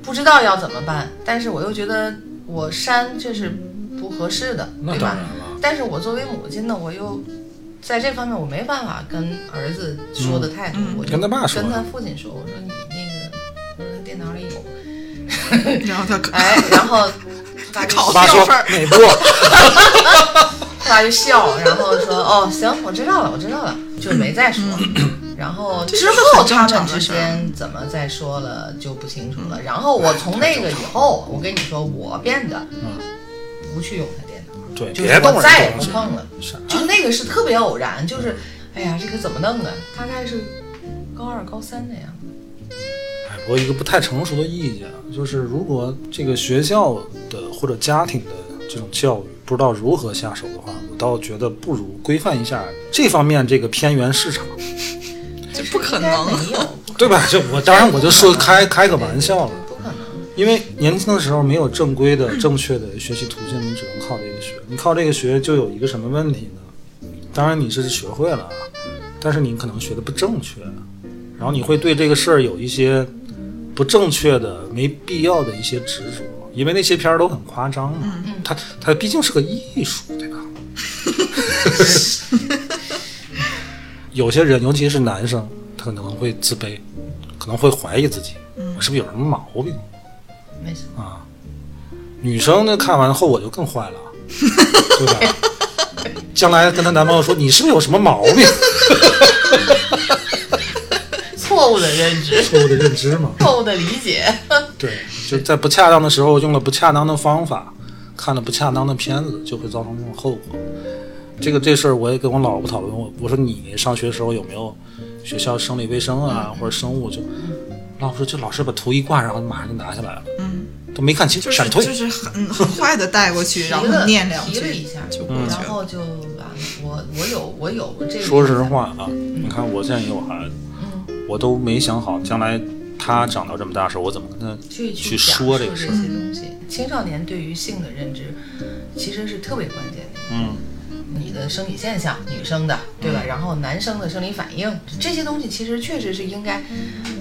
D: 不知道要怎么办，但是我又觉得我删这是不合适的，
A: 那
D: 对
A: 当
D: 吧
A: 然？了，
D: 但是我作为母亲呢，我又在这方面我没办法跟儿子说的太多，
E: 嗯
D: 我就
A: 跟他爸说
D: 跟他父亲说，我说你那个，我说电脑里有，
E: 然后他可
D: 哎，然后他就
A: 我爸说哪 部？
D: 他爸就笑，然后说哦行，我知道了，我知道了，就没再说。然后
E: 这是
D: 之
E: 个
D: 后
E: 很正
D: 他
E: 常
D: 们
E: 的
D: 之
E: 事儿
D: 间怎么再说了就不清楚了。然后我从那个以后，我跟你说，我变得不去用他电脑，
A: 对，
D: 就
A: 别
D: 是
A: 动
D: 我
A: 人
D: 再也
A: 家
D: 不
A: 东西。
D: 碰了。
A: 啥
D: 就那个是特别偶然，就是，哎呀，这个怎么弄啊？大概是高二、高三那样。
A: 哎，我有一个不太成熟的意见，啊就是如果这个学校的或者家庭的这种教育不知道如何下手的话，我倒觉得不如规范一下这方面这个偏远市场，
E: 这不可能。
D: 没有，
A: 对吧？这我当然我就说开开个玩笑了，
D: 不可能。
A: 因为年轻的时候没有正规的、正确的学习途径，你只能靠这个学。你靠这个学就有一个什么问题呢？当然你是学会了啊，但是你可能学的不正确，然后你会对这个事儿有一些不正确的、没必要的一些执着，因为那些片儿都很夸张嘛。它它毕竟是个艺术，对吧？有些人，尤其是男生，他可能会自卑，可能会怀疑自己，我是不是有什么毛病？
D: 没事，
A: 啊，女生呢看完后我就更坏了，对吧？将来跟她男朋友说你是不是有什么毛病？
D: 错误的认知，
A: 错误的认知嘛，
D: 错误的理 解。
A: 对，就在不恰当的时候用了不恰当的方法，看了不恰当的片子，就会造成这种后果。这个这事儿我也跟我老婆讨论过，我说你上学的时候有没有学校生理卫生啊
E: 嗯
A: 或者生物就，老师就老师把图一挂，然后马上就拿下来了，
E: 嗯，
A: 都没看清，
E: 就是
A: 闪退。
E: 就是很很快的带过去，
D: 提
E: 然后
D: 了
E: 念两
D: 提了
E: 句
D: 一下，
E: 就过去
D: 然
E: 了。
D: 后就完了。我我有我有这个。
A: 说实，话啊，你看我现在也有孩子，我都没想好将来他长到这么大时候，我怎么跟他
D: 去
A: 去
D: 讲
A: 说这
D: 述这
A: 个事
D: 些
A: 儿。
D: 东西，青少年对于性的认知其实是特别关键的。
A: 嗯，
D: 你的生理现象，女生的，对吧？然后男生的生理反应，这些东西其实确实是应该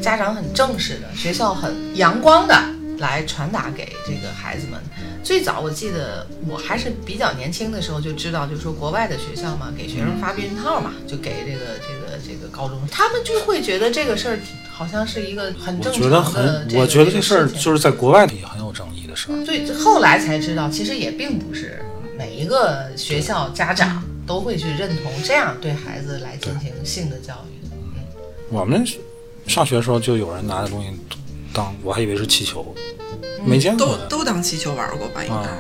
D: 家长很正式的，学校很阳光的来传达给这个孩子们。最早我记得我还是比较年轻的时候就知道，就是说国外的学校嘛，给学生发避孕套嘛，就给这个这个这个高中，他们就会觉得这个事儿好像是一个很
A: 嗯我
D: 正
A: 觉
D: 常
A: 得
D: 的。
A: 很，
D: 这个
A: 我觉得这
D: 个
A: 事儿
D: 情嗯
A: 就是在国外也很有争议的事儿。
D: 所以后来才知道，其实也并不是呃每一个学校家长都会去认同这样对孩子来进行性的教育的。嗯，
A: 我们上学的时候就有人拿的东西当，我还以为是气球，
D: 嗯
A: 没见过
E: 都
A: 的
E: 都当气球玩过吧，应
A: 啊
E: 该。。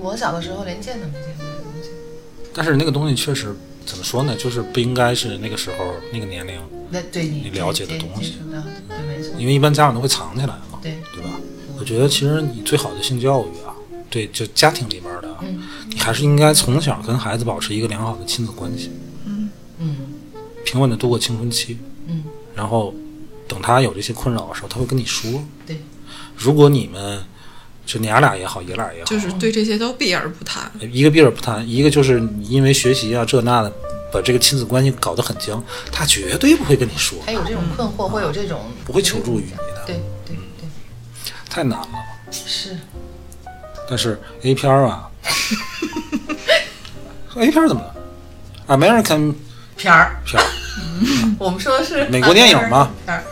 D: 我小的时候连见都没见过这个东西，
A: 但是那个东西确实怎么说呢，就是不应该是那个时候那个年龄，
D: 那对你
A: 你了解的东西
D: 接触到的，对，没错，
A: 因为一般家长都会藏起来啊嘛，
D: 对
A: 对吧？我觉得其实你最好的性教育啊，对，就家庭里边的啊，
D: 嗯
A: 你还是应该从小跟孩子保持一个良好的亲子关系，
D: 嗯
A: 平稳的度过青春期，
D: 嗯，
A: 然后等他有这些困扰的时候，他会跟你说。
D: 对，
A: 如果你们就娘俩也好，爷俩也好，
E: 就是对这些都避而不谈。
A: 一个避而不谈，一个就是你因为学习啊这那的，把这个亲子关系搞得很僵，他绝对不会跟你说，
D: 还有这种困惑，会有这种
A: 不嗯会求助于你的，
D: 哎对对对，
A: 太难了。
D: 是
A: 但是 A 片儿啊 ，A 片儿怎么了？American
D: 片儿，
A: 片儿，
D: 我们说的是
A: 美国电影嘛
D: 片儿，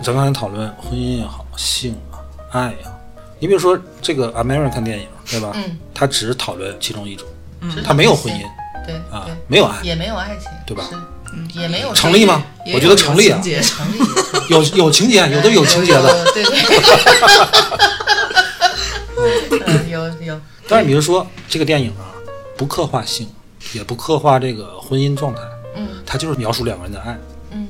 A: 咱刚才讨论婚姻也好，性啊，爱呀、你比如说这个 American 电影，对吧？
D: 嗯，
A: 它只讨论其中一种，
D: 是
A: 它没有婚姻
D: 对
A: 啊
E: 嗯
D: 对，，
A: 没有爱，
D: 也没有爱情，
A: 对吧
D: 是？也没有
A: 成立吗？
E: 也
A: 我觉
E: 有
A: 得成立啊
E: 情，节
D: 成立，成立
A: 有有情节，有的有情节 的。，
D: 对对。 嗯，有有，
A: 但是比如说这个电影啊，不刻画性，也不刻画这个婚姻状态，
D: 嗯
A: 它就是描述两个人的爱，
D: 嗯，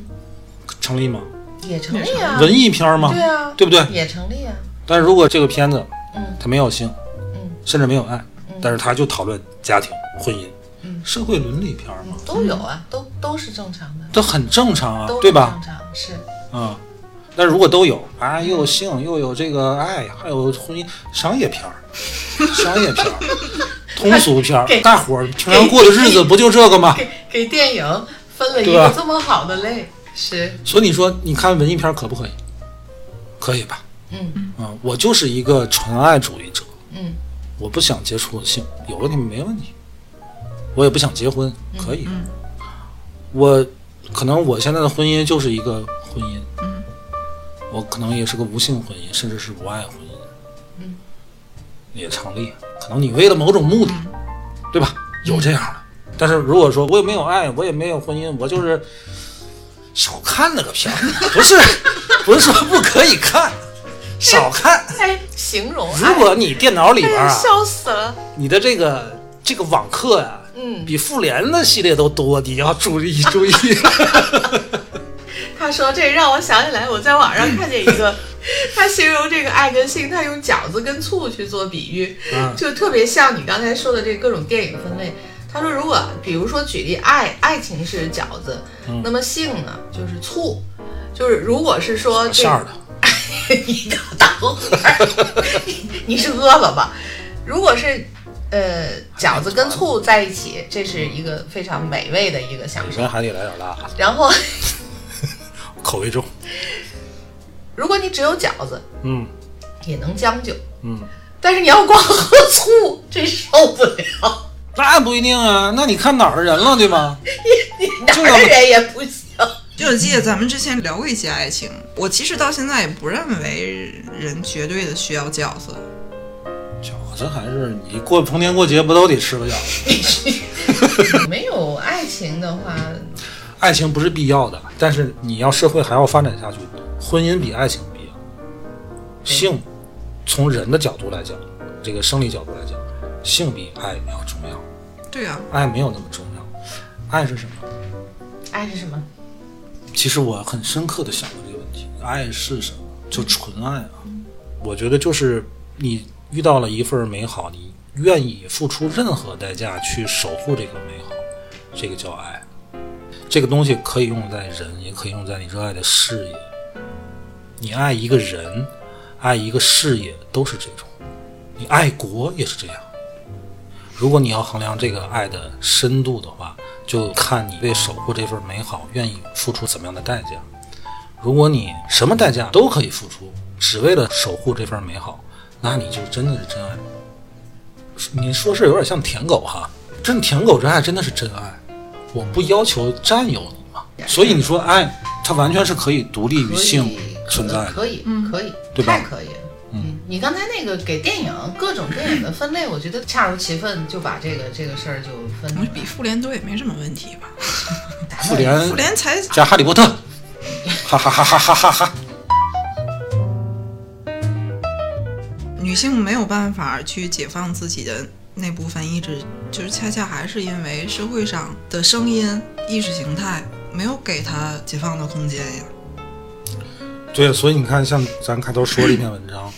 A: 成立吗？
D: 也成立啊，
A: 文艺片儿吗？
D: 对啊，
A: 对不对？
D: 也成立啊，
A: 但是如果这个片子，
D: 嗯
A: 它没有性，
D: 嗯
A: 甚至没有爱，但是它就讨论家庭、婚姻、
D: 嗯
A: 社会伦理片儿嘛，
D: 都有啊，都都是正常的，
A: 这很正常啊
D: 都，是
A: 对吧
D: 正？常是，
A: 啊、但是如果都有啊，又有性，又有这个爱，还有婚姻，商业片 儿，商业片儿，通俗片儿
D: 给，
A: 大伙儿平常过的日子不就这个吗？
D: 给给电影分了一
A: 对吧啊
D: 个这么好的类，是，
A: 所以你说，你看文艺片儿可不可以？可以吧？
D: 嗯
A: 啊、我就是一个纯爱主义者，
D: 嗯
A: 我不想接触性，有问题没问题，我也不想结婚，
D: 嗯
A: 可以。我可能我现在的婚姻就是一个婚姻，
D: 嗯
A: 我可能也是个无性婚姻，甚至是无爱婚姻，
D: 嗯
A: 也成立。可能你为了某种目的，
D: 嗯
A: 对吧？有这样的，但是如果说我也没有爱，我也没有婚姻，我就是少看那个片儿，不是 不是说不可以看，少看。
D: 哎，形容啊，
A: 如果你电脑里边
D: 哎
A: 啊，
D: 笑死了，
A: 你的这个这个网课呀、
D: 嗯
A: 比复联的系列都多，你要注意 注意。
D: 他说这让我想起来，我在网上看见一个，他形容这个爱跟性，他用饺子跟醋去做比喻，
A: 嗯
D: 就特别像你刚才说的这各种电影分类。他说，如果比如说举例爱爱情是饺子，
A: 嗯
D: 那么性呢就是醋，就是如果是说这
A: 馅儿的，
D: 你给我打个嗝，你 你是饿了吧？如果是呃饺子跟醋在一起，这是一个非常美味的一个享
A: 里
D: 受
A: 面。还得来点辣，
D: 然后
A: 口味重。
D: 如果你只有饺子，
A: 嗯
D: 也能将就，
A: 嗯，
D: 但是你要光喝醋，这受不了，
A: 那不一定啊，那你看哪儿的人了，对吗？
D: 哪儿的人也不行。
E: 就我记得咱们之前聊过一期爱情，我其实到现在也不认为人绝对的需要饺子，
A: 饺子还是你过逢年过节不都得吃个饺子？
D: 没有爱情嗯的话，
A: 爱情不是必要的，但是你要社会还要发展下去，婚姻比爱情必要。性，从人的角度来讲，这个生理角度来讲，性比爱要重要，
E: 对
D: 嗯
E: 啊，
A: 爱没有那么重要。爱是什么？
D: 爱是什么？
A: 其实我很深刻的想过这个问题：爱是什么？就纯爱啊！我觉得就是你遇到了一份美好，你愿意付出任何代价去守护这个美好，这个叫爱。这个东西可以用在人，也可以用在你热爱的事业。你爱一个人，爱一个事业，都是这种。你爱国也是这样。如果你要衡量这个爱的深度的话，就看你为守护这份美好愿意付出怎么样的代价。如果你什么代价都可以付出，只为了守护这份美好，那你就真的是真爱。你说是有点像舔狗哈，真舔狗真爱真的是真爱。我不要求占有你嘛，所以你说爱，它完全是可以独立于
D: 可以
A: 性存在的。
D: 可以，可以，
A: 对吧
D: 太可以。嗯，你刚才那个给电影各种电影的分类，我觉得恰如其分，就把这个这个事儿就分
E: 我们比妇联多也没什么问题吧？
D: 嗯
A: 复联
E: 妇联才
A: 加哈利波特，哈哈哈哈哈哈哈。
E: 女性没有办法去解放自己的那部分意志，就是恰恰还是因为社会上的声音、意识形态没有给她解放的空间呀。
A: 对，所以你看，像咱开头说的一篇文章，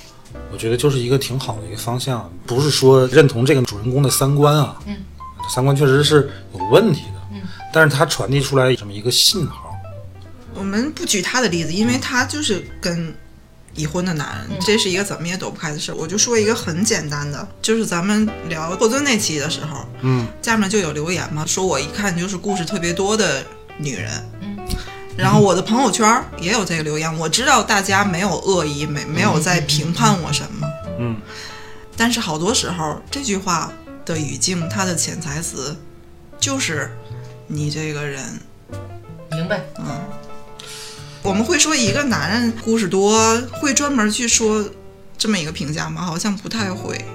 A: 我觉得就是一个挺好的一个方向，不是说认同这个主人公的三观啊，嗯，三观确实是有问题的，嗯，但是他传递出来这么一个信号，
E: 我们不举她的例子，因为她就是跟已婚的男人，这是一个怎么也躲不开的事儿。我就说一个很简单的，就是咱们聊霍尊那期的时候，
A: 嗯，
E: 下面就有留言嘛，说我一看就是故事特别多的女人，
D: 嗯，
E: 然后我的朋友圈儿也有这个留言，我知道大家没有恶意，没没有在评判我什么，
A: 嗯，
E: 但是好多时候这句话的语境，它的潜台词就是你这个人
D: 明白。
E: 我们会说一个男人故事多，会专门去说这么一个评价吗？好像不太会，
D: 嗯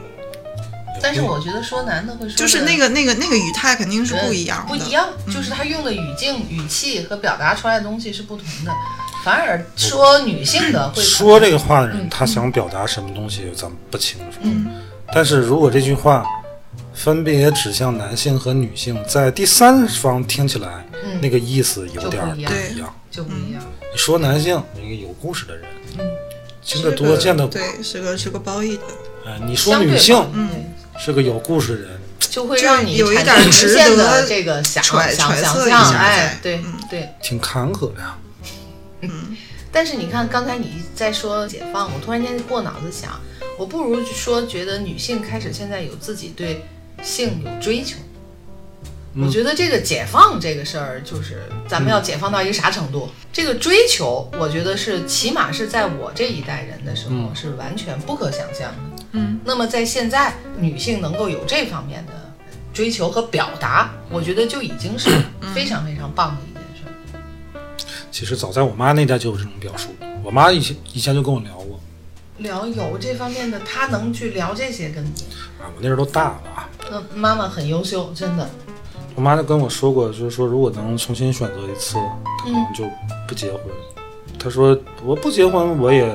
D: 但是我觉得说男的会说的，
E: 就是那个那个那个语态肯定是
D: 嗯
E: 不一样
D: 不
E: 的。嗯
D: 一样，就是他用的语境、语气和表达出来的东西是不同的。
E: 嗯
D: 反而说女性的会
A: 说这个话的人，他想表达什么东西，咱们不清楚，
D: 嗯，
A: 但是如果这句话分别指向男性和女性，在第三方听起来，
D: 嗯
A: 那个意思有
D: 就
A: 点
D: 不
A: 儿
D: 一
A: 不
D: 样
A: 一样。
D: 就不一样。
A: 你说男性，一个有故事的人，
D: 嗯，
A: 听得
E: 是个
A: 多，见得广。
E: 对，是个是个褒义的，
A: 哎，你说
D: 相对
A: 女
D: 吧
A: 性，
D: 嗯，
A: 是个有故事的人，
D: 就会让你
E: 有一点
D: 产生无
E: 值
D: 限
E: 得
D: 的这个想
E: 揣
D: 想
E: 揣测
D: 想
E: 一
D: 象，
E: 下
D: 哎
E: 在，嗯
D: 对对。
A: 挺坎坷的呀。啊
D: 但是你看，刚才你在说解放，我突然间过脑子想，我不如说觉得女性开始现在有自己对性有追求。我觉得这个解放这个事儿，就是咱们要解放到一个啥程度？这个追求，我觉得是起码是在我这一代人的时候、
A: 嗯
D: 是完全不可想象的。嗯，那么在现在，女性能够有这方面的追求和表达，我觉得就已经是非常非常棒的一件事儿。
A: 其实早在我妈那代就有这种表述，我妈以前以前就跟我聊过
D: 聊有这方面的，她能去聊这些跟你。
A: 啊，我那时候都大了啊，
D: 嗯，妈妈很优秀，真的。
A: 我妈就跟我说过，就是说如果能重新选择一次，她可能
D: 嗯
A: 就不结婚。她说我不结婚，我也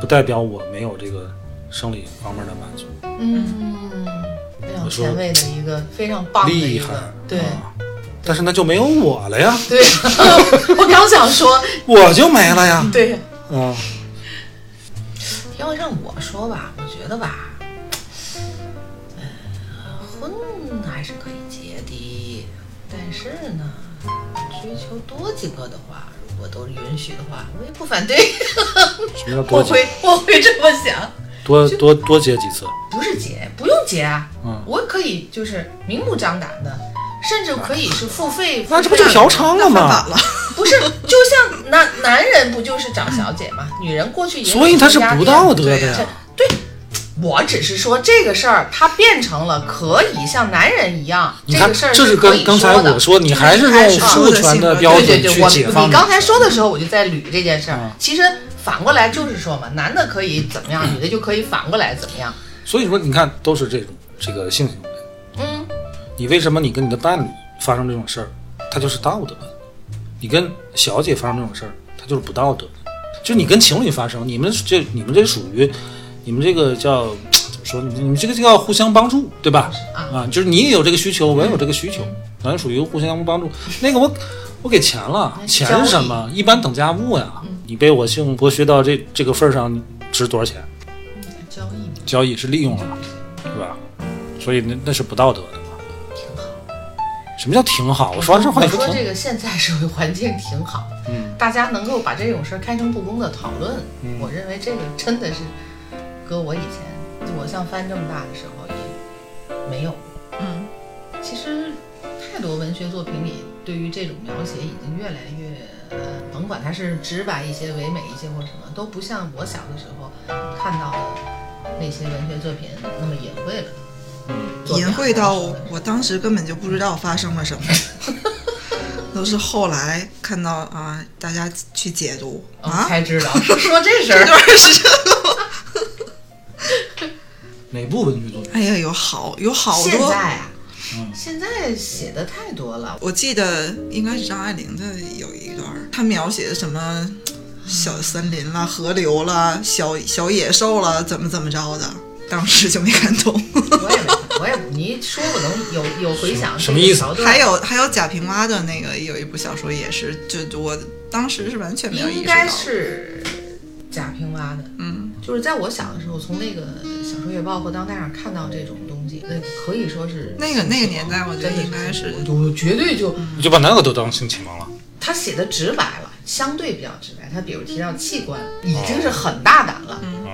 A: 不代表我没有这个生理方面的满足，
D: 嗯，非常
A: 我说
D: 前卫的一个，非常棒的一
A: 厉
D: 个
A: 害，
D: 对、
A: 啊。但是那就没有我了呀，
D: 对， 我刚想说，
A: 我就没了呀，
D: 对，
A: 啊，
D: 要让我说吧，我觉得吧，呃，婚还是可以结的，但是呢，追求多几个的话，如果都允许的话，我也不反对。
A: 什么叫多
D: 我
A: 结
D: 会我会这么想，
A: 多多多结几次？
D: 不是结，不用结啊。
A: 嗯，
D: 我可以就是明目张胆的，甚至可以是付费。
A: 那这不就
D: 付费
A: 嫖娼了
E: 犯
A: 吗
E: 法？了。
D: 不是，就像男男人不就是找小姐嘛，女人过去也有
A: 嗯所以他是
D: 家
A: 不
D: 店
A: 道德的
D: 对
A: 呀
D: 这对，我只是说这个事儿，它变成了可以像男人一样，
A: 你
D: 这
A: 看，
D: 个事儿
A: 这是
D: 可
A: 跟
D: 以
A: 刚才
D: 说的啊
A: 我说，你还是
E: 还
A: 用
E: 是
A: 父权的标
D: 对
A: 准
D: 对对，
A: 去
D: 我
A: 解放
D: 你
A: 你。
D: 刚才说的时候，我就在捋这件事儿。
A: 嗯
D: 其实反过来就是说嘛，男的可以怎 么样，女的就可以反过来怎么样。
A: 所以说，你看，都是这种这个性行为。
D: 嗯，
A: 你为什么你跟你的伴侣发生这种事儿，它就是道德的；你跟小姐发生这种事儿，它就是不道德的。就你跟情侣发生，你们这你们这属于，你们这个叫怎么说？你们你们这个叫互相帮助，对吧？啊，就是你也有这个需求，我也有这个需求，咱属于互相帮助。那个我我给钱了，钱是什么？一般等价物呀。
D: 嗯
A: 你被我性剥削到这这个份儿上，值多少钱？
D: 交易嘛
A: 交易是利用了，对吧？所以那那是不道德的嘛。什么叫挺好？我说完这话
D: 我
A: 你说
D: 说这
A: 挺
D: 个现在社会环境挺好，
A: 嗯，
D: 大家能够把这种事儿开诚布公的讨论，我认为这个真的是，搁我以前我像翻这么大的时候也没有，
E: 嗯，
D: 实太多文学作品里对于这种描写已经越来越，呃，甭管它是直白一些、唯美一些或者什么，都不像我小的时候看到的那些文学作品那么隐晦了。
A: 嗯
D: 作品啊
E: 隐晦
D: 好
E: 到
D: 像是
E: 我当时根本就不知道发生了什么， 都是后来看到啊、大家去解读
D: 哦
E: 啊，
D: 才知道是说这事
E: 这
D: 儿。
E: 段是这个。
A: 哪部文学作品？
E: 哎呀，有好有好
D: 现
E: 多
D: 在。啊，现在写的太多了。
E: 我记得应该是张爱玲的有一段儿，她描写什么小森林啦、河流啦、小小野兽啦，怎么怎么着的，当时就没看 懂。
D: 我也没看，我也 不你一说我能有有回想
A: 什么意思
D: 这个桥段
E: 还有还有贾平凹的那个有一部小说也是，就我当时是完全没有意
D: 应
E: 识到的。
D: 该是贾平凹的，
E: 嗯，
D: 就是在我小的时候，从那个小说月报和当代上看到这种东西，那可以说是
E: 那个那个年代，我觉得
D: 真的
E: 应该是
D: 我我绝对就
A: 你就把那个都当性启蒙了。
D: 他写的直白了，相对比较直白。他比如提到器官，已经是很大胆了。
A: 嗯，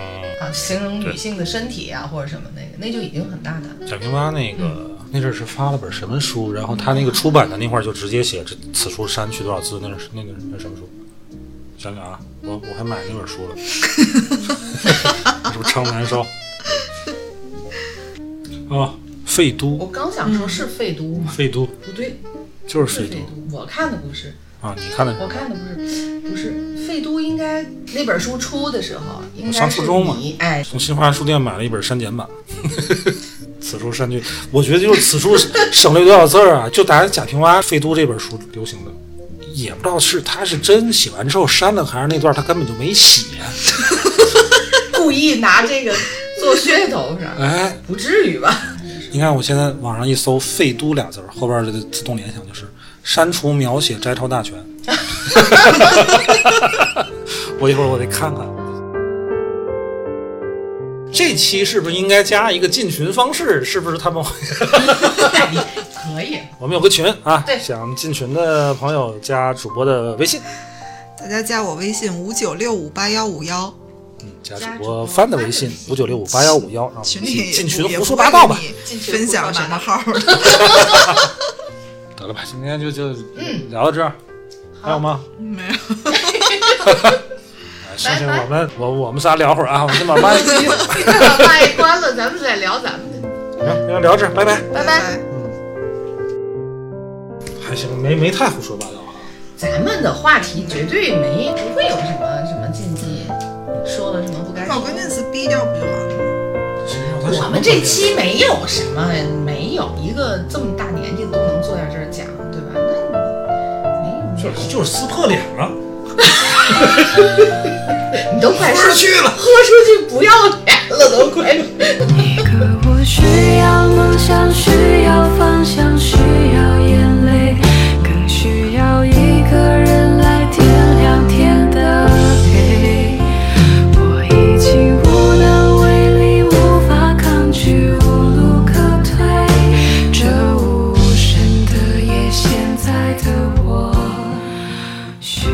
D: 啊，形容女性的身体啊，或者什么那个，那就已经很大胆了。
A: 贾平凹那个那阵儿是发了本什么书，然后他那个出版的那块儿就直接写这此书删去多少字，那是那个那什么书？想想啊，我我还买那本书了， 是不是超难受？啊，废
D: 我
A: 都，
D: 刚想说
E: 嗯
D: 是废都吗？
A: 废都
D: 不对，
A: 就是
D: 是
A: 废
D: 废
A: 都
D: 都。我看的不是，
A: 啊！你看的
D: 我看的不是，不是废都应该那本书出的时候，应该
A: 上
D: 是
A: 初中嘛
D: 你哎，
A: 从新华书店买了一本删减版。此书删去，我觉得就是此书省略多少字儿啊！就打贾平凹《废都》这本书流行的，也不知道是他是真写完之后删了，还是那段他根本就没写。
D: 故意拿这个做噱头是吧？
A: 哎，
D: 不至于吧？
A: 你看我现在网上一搜“废都”俩字儿，后边儿的自动联想就是删除描写摘抄大全。 我一会儿我得看看。这期是不是应该加一个进群方式？是不是他们会？
D: 哎可以，
A: 我们有个群啊，
D: 对
A: 想进群的朋友加主播的微信，
E: 大家加我微信五九六五八幺五幺，
A: 嗯，加
D: 加
A: 主
D: 主
A: 播
D: 播
A: 帆的微信五九六五八幺五幺，让我们
E: 群
A: 一
E: 里
A: 起进群
E: 也
A: 胡
E: 不
A: 说
E: 会
A: 八道吧
E: 给。你
D: 进群
E: 分享
D: 胡说
E: 什
D: 八道
E: 么号儿的。
A: 得了吧，今天就就聊到这儿，还有吗？
E: 没有。
A: 哎剩下我们我我们仨聊会儿啊，我先把麦关了，
D: 把麦关了，咱们再聊咱们的，
A: 行，先聊这儿，拜拜。
D: 拜拜。
E: 拜拜
A: 还行，没没太胡说八道啊。
D: 咱们的话题绝对没不会有什么什么禁忌，说了什么不该
E: 把
D: 说。
E: 关键词逼掉不就完了吗？
D: 我们这期没有什么，没有一个这么大年纪的都能坐在这儿讲，对吧？那你没有没有
A: 就是就是撕破脸了，
D: 你都快
A: 豁出去了
D: 喝出去不要脸了，都快。
H: 可我需要梦想，需要方向，需要眼泪，更需要一个人来天亮天的黑。我已经无能为力，无法抗拒，无路可退。这无声的夜，现在的我需